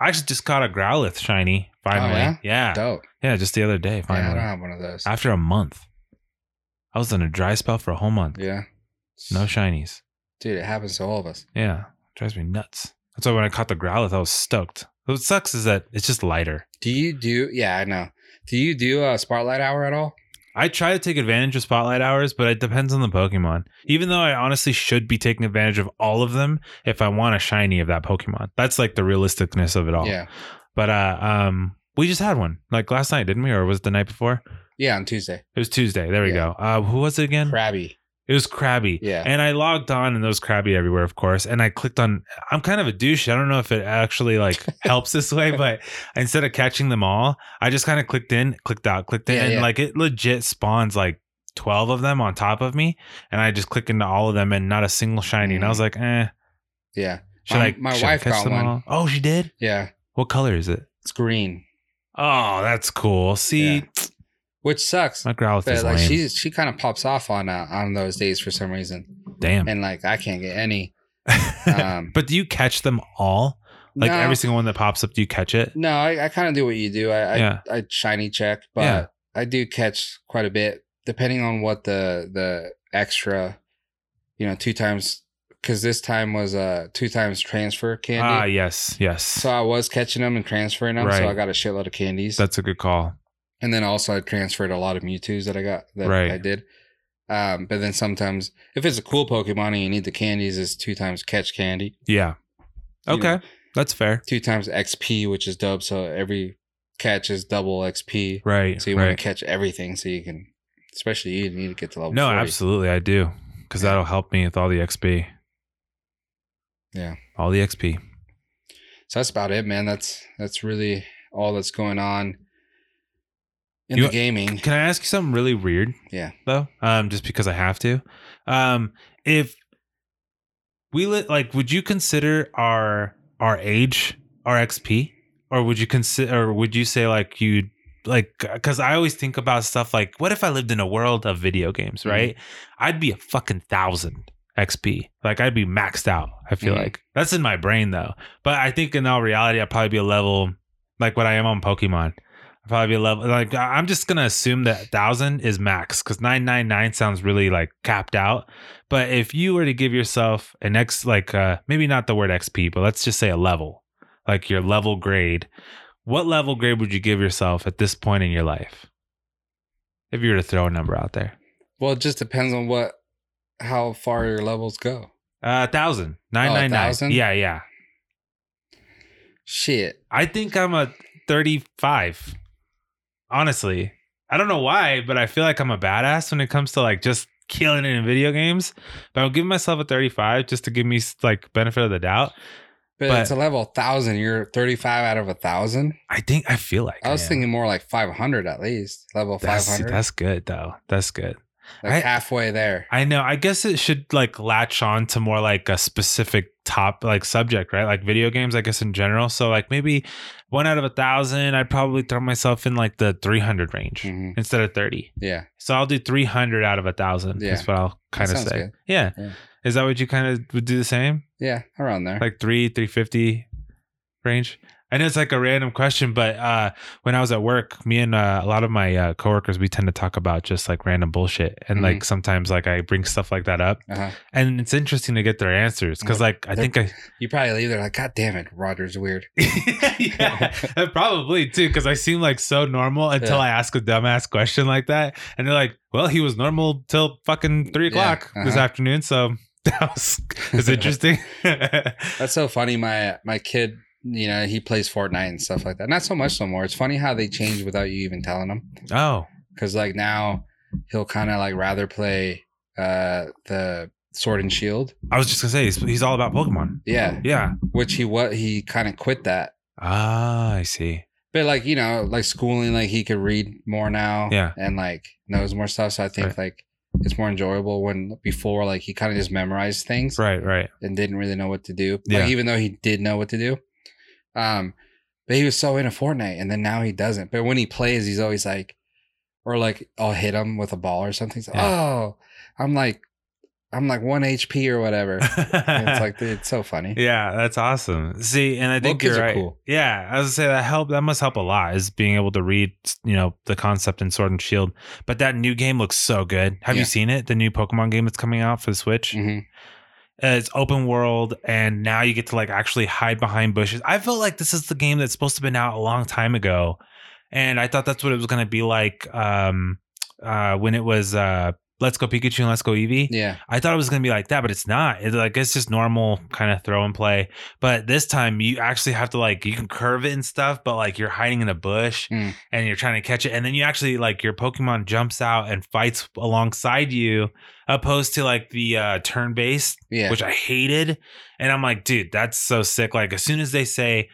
[SPEAKER 3] I actually just caught a growlithe shiny finally.
[SPEAKER 2] Oh, yeah?
[SPEAKER 3] yeah, yeah,
[SPEAKER 2] Dope.
[SPEAKER 3] just the other day
[SPEAKER 2] Yeah, I
[SPEAKER 3] finally
[SPEAKER 2] don't have one of those.
[SPEAKER 3] after a month. I was in a dry spell for a whole month.
[SPEAKER 2] Yeah.
[SPEAKER 3] No shinies.
[SPEAKER 2] Dude, it happens to all of us.
[SPEAKER 3] Yeah, drives me nuts. That's why when I caught the growlithe, I was stoked. What sucks is that it's just lighter.
[SPEAKER 2] Do you do? Yeah, I know. Do you do a spotlight hour at all?
[SPEAKER 3] I try to take advantage of spotlight hours, but it depends on the Pokemon. Even though I honestly should be taking advantage of all of them if I want a shiny of that Pokemon. That's like the realisticness of it all.
[SPEAKER 2] Yeah,
[SPEAKER 3] But uh um we just had one. Like last night, didn't we? Or was it the night before?
[SPEAKER 2] yeah, on Tuesday.
[SPEAKER 3] It was Tuesday. There we
[SPEAKER 2] Yeah.
[SPEAKER 3] go. Uh who was it again?
[SPEAKER 2] Crabby.
[SPEAKER 3] It was Krabby.
[SPEAKER 2] Yeah.
[SPEAKER 3] And I logged on and there was Krabby everywhere, of course. And I clicked on I'm kind of a douche. I don't know if it
[SPEAKER 2] <laughs>
[SPEAKER 3] actually like helps this way, but instead of catching them all, I just kind of clicked in, clicked out, clicked in,
[SPEAKER 2] Yeah,
[SPEAKER 3] and
[SPEAKER 2] yeah.
[SPEAKER 3] like it legit spawns like 12 of them on top of me. And I just click into all of them and not a single shiny. And I was like, eh,
[SPEAKER 2] Yeah,
[SPEAKER 3] should
[SPEAKER 2] Mm-hmm. My- my
[SPEAKER 3] I should I
[SPEAKER 2] wife
[SPEAKER 3] catch
[SPEAKER 2] got
[SPEAKER 3] them
[SPEAKER 2] one.
[SPEAKER 3] all? Oh, she did?
[SPEAKER 2] yeah.
[SPEAKER 3] What color is it?
[SPEAKER 2] It's green,
[SPEAKER 3] Oh, that's cool. See,
[SPEAKER 2] Yeah. which sucks.
[SPEAKER 3] my Growlithe
[SPEAKER 2] But
[SPEAKER 3] is
[SPEAKER 2] like
[SPEAKER 3] lame.
[SPEAKER 2] she she kind of pops off on uh, on those days for some reason,
[SPEAKER 3] Damn. <laughs>
[SPEAKER 2] and like I can't get any. Um,
[SPEAKER 3] but do you catch them all? Like
[SPEAKER 2] no,
[SPEAKER 3] every single one that pops up, do you catch it?
[SPEAKER 2] No, I, I kind of do what you do. I,
[SPEAKER 3] Yeah.
[SPEAKER 2] I I shiny check, but
[SPEAKER 3] Yeah.
[SPEAKER 2] I do catch quite a bit depending on what the the extra, you know, two times because this time was uh two times transfer candy.
[SPEAKER 3] Ah, yes, yes.
[SPEAKER 2] So I was catching them and transferring them. So I
[SPEAKER 3] Right.
[SPEAKER 2] got a shitload of candies.
[SPEAKER 3] That's a good call.
[SPEAKER 2] and then also I transferred a lot of Mewtwo's that I got that
[SPEAKER 3] Right.
[SPEAKER 2] I did. Um, but then sometimes if it's a cool Pokemon and you need the candies, it's two times catch candy,
[SPEAKER 3] Yeah.
[SPEAKER 2] You
[SPEAKER 3] Okay,
[SPEAKER 2] know.
[SPEAKER 3] that's fair.
[SPEAKER 2] two times XP, which is dope. So every catch is double XP.
[SPEAKER 3] Right.
[SPEAKER 2] So you want
[SPEAKER 3] right.
[SPEAKER 2] to catch everything so you can, especially you need to get to level
[SPEAKER 3] No,
[SPEAKER 2] 40.
[SPEAKER 3] absolutely, I do, because that'll help me with all the XP.
[SPEAKER 2] Yeah.
[SPEAKER 3] All the XP.
[SPEAKER 2] So that's about it, man. That's that's really all that's going on in
[SPEAKER 3] You-
[SPEAKER 2] the gaming.
[SPEAKER 3] Can I ask you something really weird?
[SPEAKER 2] Yeah.
[SPEAKER 3] Though, um, just because I have to, um, if we li- like, would you consider our our age our XP, or would you consider, or would you say like you'd like because I always think about stuff like, what if I lived in a world of video games,
[SPEAKER 2] Mhm.
[SPEAKER 3] right? I'd be a fucking thousand. XP. Like I'd be maxed out. I feel
[SPEAKER 2] Mhm.
[SPEAKER 3] like that's in my brain though. But I think in all reality, I'd probably be a level like what I am on Pokemon. I'd probably be a level like I- I'm just gonna assume that thousand is max because nine nine nine sounds really like capped out. But if you were to give yourself an X, like uh, maybe not the word XP, but let's just say a level, like your level grade. What level grade would you give yourself at this point in your life? If you were to throw a number out there,
[SPEAKER 2] Well, it just depends on what, how far your levels go.
[SPEAKER 3] uh, thousand nine
[SPEAKER 2] Oh,
[SPEAKER 3] nine nine.
[SPEAKER 2] 1,000?
[SPEAKER 3] Yeah, yeah.
[SPEAKER 2] Shit.
[SPEAKER 3] I think I'm a 35. Honestly, I don't know why, but I feel like I'm a badass when it comes to like just killing it in video games. But I'll give myself a 35 just to give me like benefit of the doubt.
[SPEAKER 2] But,
[SPEAKER 3] But-
[SPEAKER 2] it's a level 1,000. You're 35 out of a 1,000.
[SPEAKER 3] I think I feel like
[SPEAKER 2] I was
[SPEAKER 3] am.
[SPEAKER 2] thinking more like 500 at least. Level
[SPEAKER 3] that's
[SPEAKER 2] 500.
[SPEAKER 3] that's good though. That's good.
[SPEAKER 2] like
[SPEAKER 3] I-
[SPEAKER 2] halfway there.
[SPEAKER 3] I know. I guess it should like latch on to more like a specific top like subject, right? Like video games, I guess in general. So like maybe one out of a thousand, I'd probably throw myself in like the 300 range
[SPEAKER 2] Mhm.
[SPEAKER 3] instead of 30.
[SPEAKER 2] yeah.
[SPEAKER 3] So I'll do 300 out of a thousand.
[SPEAKER 2] Yeah.
[SPEAKER 3] That's what I'll kind of
[SPEAKER 2] sounds
[SPEAKER 3] say.
[SPEAKER 2] good.
[SPEAKER 3] Yeah.
[SPEAKER 2] Yeah.
[SPEAKER 3] Is that what you kind of would do the same?
[SPEAKER 2] Yeah. Around there.
[SPEAKER 3] Like three, 350 range? I know it's like a random question, but uh, when I was at work, me and uh, a lot of my uh, coworkers, we tend to talk about just like random bullshit. And
[SPEAKER 2] Mhm.
[SPEAKER 3] like sometimes like I bring stuff like that up
[SPEAKER 2] uh-huh.
[SPEAKER 3] and it's interesting to get their answers. Cause like I
[SPEAKER 2] They're-
[SPEAKER 3] think I,
[SPEAKER 2] You probably leave there like, God damn it. Roger's weird.
[SPEAKER 3] <laughs> yeah, probably too, because I seem like so normal until
[SPEAKER 2] Yeah.
[SPEAKER 3] I ask a dumbass question like that, and they're like, "Well, he was normal till fucking three
[SPEAKER 2] Yeah,
[SPEAKER 3] o'clock this
[SPEAKER 2] uh-huh.
[SPEAKER 3] afternoon." So <laughs>
[SPEAKER 2] <laughs>
[SPEAKER 3] that was is interesting. <laughs>
[SPEAKER 2] That's so funny. My my kid, you know, he plays Fortnite and stuff like that. Not so much no more. It's funny how they change without you even telling them.
[SPEAKER 3] oh,
[SPEAKER 2] Because like now, he'll kind of like rather play uh the Sword and Shield.
[SPEAKER 3] I was just gonna say he's, he's all about Pokemon.
[SPEAKER 2] Yeah,
[SPEAKER 3] Yeah.
[SPEAKER 2] which he what he kind of quit that.
[SPEAKER 3] Ah, I see.
[SPEAKER 2] But like you know, like schooling, like he could read more now.
[SPEAKER 3] Yeah.
[SPEAKER 2] and like knows more stuff. So I think
[SPEAKER 3] Right.
[SPEAKER 2] like it's more enjoyable when before like he kind of just memorized things.
[SPEAKER 3] Right, right. <laughs>
[SPEAKER 2] and didn't really know what to do.
[SPEAKER 3] Yeah.
[SPEAKER 2] Like even though he did know what to do. Um, but he was so into Fortnite and then now he doesn't. But when he plays, he's always like, or like I'll hit him with a ball or something. He's like,
[SPEAKER 3] Yeah.
[SPEAKER 2] Oh, I'm like I'm like one HP or whatever. And
[SPEAKER 3] <laughs>
[SPEAKER 2] it's like dude, it's so funny.
[SPEAKER 3] Yeah, that's awesome. See, and I think
[SPEAKER 2] kids
[SPEAKER 3] you're
[SPEAKER 2] are
[SPEAKER 3] right.
[SPEAKER 2] cool.
[SPEAKER 3] Yeah, I was gonna say that help. That must help a lot is being able to read, you know, the concept in Sword and Shield. But that new game looks so good. Have you
[SPEAKER 2] Yeah.
[SPEAKER 3] seen it? The new Pokemon game that's coming out for the Switch.
[SPEAKER 2] Mhm.
[SPEAKER 3] Uh, it's open world, and now you get to like actually hide behind bushes. I felt like this is the game that's supposed to have been out a long time ago, and I thought that's what it was gonna be like um, uh, when it was uh, Let's Go Pikachu and Let's Go Eevee.
[SPEAKER 2] Yeah.
[SPEAKER 3] I thought it was gonna be like that, but it's not. It's like it's just normal kind of throw and play. But this time you actually have to like you can curve it and stuff, but like you're hiding in a bush
[SPEAKER 2] Mm.
[SPEAKER 3] and you're trying to catch it, and then you actually like your Pokemon jumps out and fights alongside you, opposed to like the uh, turn based,
[SPEAKER 2] Yeah.
[SPEAKER 3] which I hated. And I'm like, dude, that's so sick. Like as soon as they say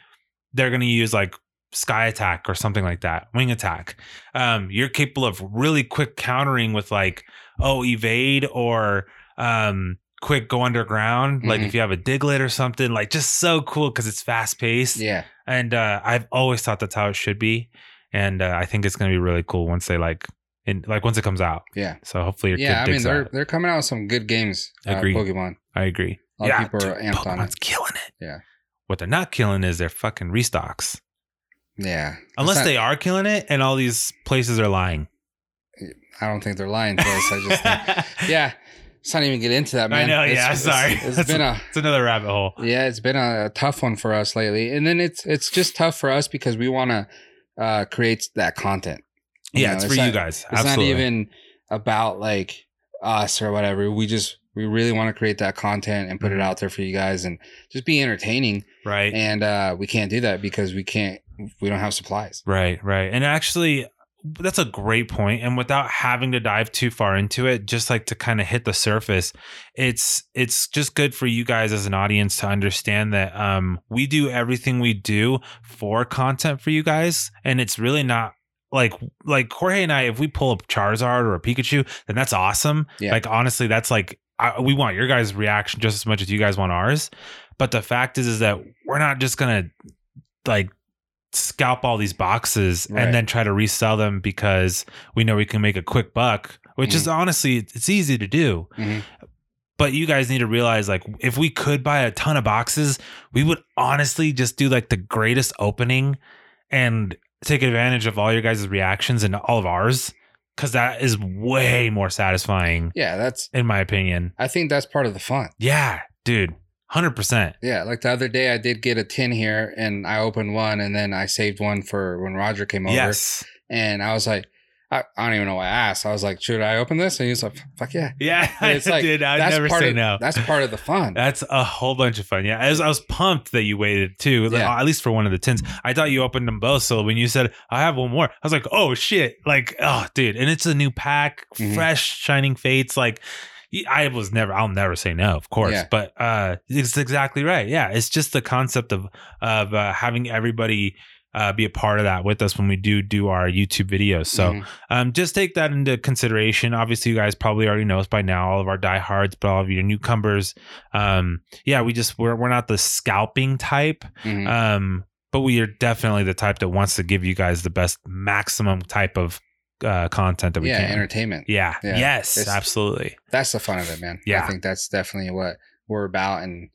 [SPEAKER 3] they're gonna use like sky attack or something like that, wing attack, um, you're capable of really quick countering with like, oh, evade or um quick go underground. Like
[SPEAKER 2] Mhm.
[SPEAKER 3] if you have a diglet or something, like just so cool because it's fast paced.
[SPEAKER 2] yeah.
[SPEAKER 3] And uh I've always thought that's how it should be. And uh, I think it's gonna be really cool once they like in like once it comes out.
[SPEAKER 2] Yeah.
[SPEAKER 3] So hopefully your
[SPEAKER 2] Yeah. I
[SPEAKER 3] kid
[SPEAKER 2] mean
[SPEAKER 3] digs
[SPEAKER 2] they're
[SPEAKER 3] that.
[SPEAKER 2] they're coming out with some good games. Uh,
[SPEAKER 3] Agreed.
[SPEAKER 2] Pokemon.
[SPEAKER 3] I agree.
[SPEAKER 2] A lot of people are amped on
[SPEAKER 3] Pokemon's
[SPEAKER 2] it.
[SPEAKER 3] killing it.
[SPEAKER 2] Yeah.
[SPEAKER 3] What they're not killing is their fucking restocks.
[SPEAKER 2] Yeah.
[SPEAKER 3] Unless
[SPEAKER 2] not-
[SPEAKER 3] they are killing it and all these places
[SPEAKER 2] <laughs>
[SPEAKER 3] are lying.
[SPEAKER 2] I don't think they're lying to us. I just
[SPEAKER 3] <laughs>
[SPEAKER 2] think, yeah. Let's not even get into that,
[SPEAKER 3] I
[SPEAKER 2] man.
[SPEAKER 3] know,
[SPEAKER 2] It's-
[SPEAKER 3] yeah,
[SPEAKER 2] it's-
[SPEAKER 3] sorry.
[SPEAKER 2] it's been
[SPEAKER 3] <laughs>
[SPEAKER 2] a
[SPEAKER 3] it's another rabbit hole.
[SPEAKER 2] Yeah, it's been a, a tough one for us lately, and then it's it's just tough for us because we want to uh, create that content.
[SPEAKER 3] Yeah,
[SPEAKER 2] know,
[SPEAKER 3] it's,
[SPEAKER 2] it's
[SPEAKER 3] for you
[SPEAKER 2] not-
[SPEAKER 3] guys.
[SPEAKER 2] It's
[SPEAKER 3] Absolutely.
[SPEAKER 2] not even about like us or whatever. We just we really want to create that content and put
[SPEAKER 3] Mhm.
[SPEAKER 2] it out there for you guys and just be entertaining.
[SPEAKER 3] right.
[SPEAKER 2] And uh, we can't do that because we can't. We don't have supplies.
[SPEAKER 3] Right, right. And actually, that's a great point. And without having to dive too far into it, just like to kind of hit the surface, it's it's just good for you guys as an audience to understand that um we do everything we do for content for you guys, and it's really not like like Jorge and I, if we pull up Charizard or a Pikachu, then that's awesome.
[SPEAKER 2] Yeah.
[SPEAKER 3] Like honestly, that's like I, we want your guys' reaction just as much as you guys want ours. But the fact is, is that we're not just gonna like scalp all these boxes
[SPEAKER 2] Right.
[SPEAKER 3] and then try to resell them
[SPEAKER 2] Mm-hmm.
[SPEAKER 3] because we know we can make a quick buck, which is honestly it's easy to do.
[SPEAKER 2] Mhm.
[SPEAKER 3] But you guys need to realize, like, if we could buy a ton of boxes, we would honestly just do like the greatest opening and take advantage of all your guys' reactions and all of ours. Cause that is way more satisfying,
[SPEAKER 2] Yeah, that's.
[SPEAKER 3] in my opinion.
[SPEAKER 2] I think that's part of the fun.
[SPEAKER 3] Yeah, dude. 100%.
[SPEAKER 2] Yeah, like the other day I did get a tin here and I opened one and then I saved one for when Roger came over.
[SPEAKER 3] Yes. <laughs>
[SPEAKER 2] And I was like, I, I don't even know why I asked. I was like, should I open this? And he was like, fuck yeah.
[SPEAKER 3] Yeah.
[SPEAKER 2] And it's like,
[SPEAKER 3] dude, I
[SPEAKER 2] that's
[SPEAKER 3] never
[SPEAKER 2] part
[SPEAKER 3] say
[SPEAKER 2] of,
[SPEAKER 3] no.
[SPEAKER 2] That's part of the
[SPEAKER 3] <laughs>
[SPEAKER 2] fun.
[SPEAKER 3] That's a whole bunch of fun. Yeah, I was, I was pumped that you waited too, like, oh,
[SPEAKER 2] Yeah.
[SPEAKER 3] at least for one of the tins. I thought you opened them both. So when you said I have one more, I was like, oh shit, like oh dude, and it's a new pack,
[SPEAKER 2] Mhm.
[SPEAKER 3] fresh shining fates. Like y- I was never, I'll never say no, of course.
[SPEAKER 2] Yeah.
[SPEAKER 3] But uh, it's exactly right. Yeah, it's just the concept of of uh, having everybody. Uh, be a part of that with us when we do do our YouTube videos. So
[SPEAKER 2] Mhm.
[SPEAKER 3] um, just take that into consideration. Obviously, you guys probably already know us by now, all of our diehards, but all of your newcomers. Um, yeah, we just we're we're not the scalping type.
[SPEAKER 2] Mhm.
[SPEAKER 3] Um, but we are definitely the type that wants to give you guys the best maximum type of uh, content that we
[SPEAKER 2] yeah,
[SPEAKER 3] can.
[SPEAKER 2] entertainment.
[SPEAKER 3] yeah.
[SPEAKER 2] Yeah.
[SPEAKER 3] Yes.
[SPEAKER 2] It's-
[SPEAKER 3] absolutely.
[SPEAKER 2] That's the fun of it, man.
[SPEAKER 3] Yeah.
[SPEAKER 2] I think that's definitely what we're about and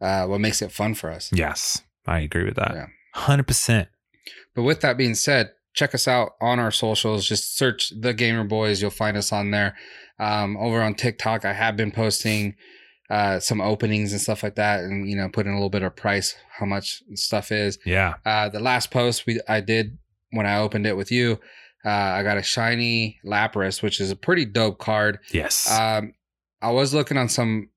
[SPEAKER 2] uh, what makes it fun for us.
[SPEAKER 3] Yes. I agree with
[SPEAKER 2] Yeah.
[SPEAKER 3] that. Hundred percent.
[SPEAKER 2] But with that being said, check us out on our socials. Just search the Gamer Boys. You'll find us on there. Um, over on TikTok, I have been posting uh, some openings and stuff like that, and you know, putting a little bit of price how much stuff is.
[SPEAKER 3] Yeah.
[SPEAKER 2] Uh, the last post we I did when I opened it with you, uh, I got a shiny Lapras, which is a pretty dope card.
[SPEAKER 3] Yes.
[SPEAKER 2] Um, I was looking on some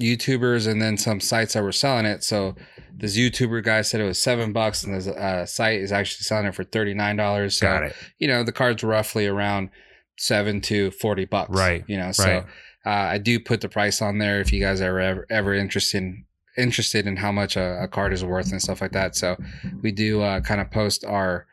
[SPEAKER 2] YouTubers and then some sites that were selling it. So this YouTuber guy said it was seven bucks, and this uh, site is actually selling it for thirty nine dollars. So
[SPEAKER 3] Got it.
[SPEAKER 2] you know the card's roughly around seven to forty bucks.
[SPEAKER 3] Right,
[SPEAKER 2] You know, so
[SPEAKER 3] Right.
[SPEAKER 2] uh, I do put the price on there if you guys are ever ever interested in, interested in how much a, a card is worth and stuff like that. So we do uh, kind of post our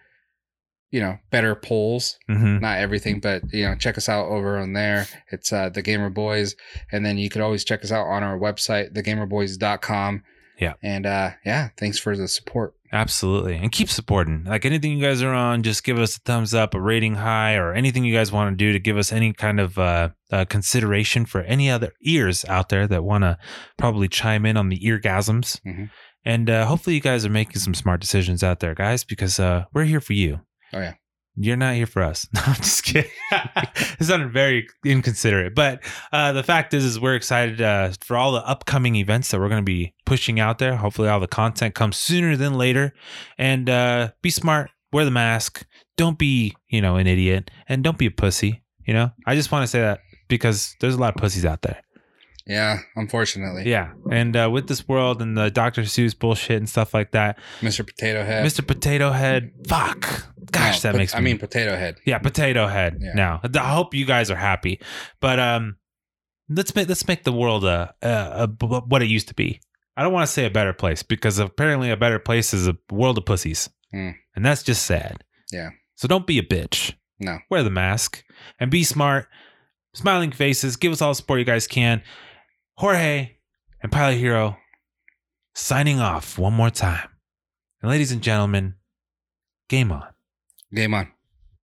[SPEAKER 2] you know better polls
[SPEAKER 3] hmm
[SPEAKER 2] <laughs> not everything, but you know, check us out over on there. It's uh, the Gamer Boys, and then you could always check us out on our website, thegamerboys.com.
[SPEAKER 3] Yeah.
[SPEAKER 2] and uh, yeah, thanks for the support.
[SPEAKER 3] Absolutely. And keep supporting. Like anything you guys are on, just give us a thumbs up, a rating high, or anything you guys want to do to give us any kind of uh, uh, consideration for any other ears out there that want to probably chime in on the eargasms.
[SPEAKER 2] Mhm.
[SPEAKER 3] And uh, hopefully, you guys are making some smart decisions out there, guys, because uh, we're here for you.
[SPEAKER 2] Oh, yeah.
[SPEAKER 3] You're not here for us. <laughs> No, I'm just kidding. it sounded very inconsiderate, but uh, the fact is, is we're excited uh, for all the upcoming events that we're going to be pushing out there. Hopefully, all the content comes sooner than later. And uh, be smart. Wear the mask. Don't be, you know, an idiot, and don't be a pussy. You know, I just want to say that because there's a lot of pussies out there.
[SPEAKER 2] Yeah, unfortunately,
[SPEAKER 3] Yeah, and uh, with this world and the Dr. Seuss bullshit and stuff like that,
[SPEAKER 2] Mr. Potato Head.
[SPEAKER 3] Mr. Potato Head, fuck, gosh,
[SPEAKER 2] No,
[SPEAKER 3] that
[SPEAKER 2] pot-
[SPEAKER 3] makes
[SPEAKER 2] I
[SPEAKER 3] me
[SPEAKER 2] mean Potato Head.
[SPEAKER 3] yeah, potato head.
[SPEAKER 2] Yeah.
[SPEAKER 3] Now, I hope you guys are happy, but um, let's make let's make the world a, a, a b- what it used to be. I don't want to say a better place because apparently a better place is a world of pussies,
[SPEAKER 2] Mm.
[SPEAKER 3] and that's just sad.
[SPEAKER 2] Yeah.
[SPEAKER 3] So don't be a bitch.
[SPEAKER 2] No.
[SPEAKER 3] Wear the mask and be smart. Smiling faces. Give us all the support you guys can. Jorge and Pilot Hero signing off one more time. And ladies and gentlemen, game on.
[SPEAKER 2] Game on.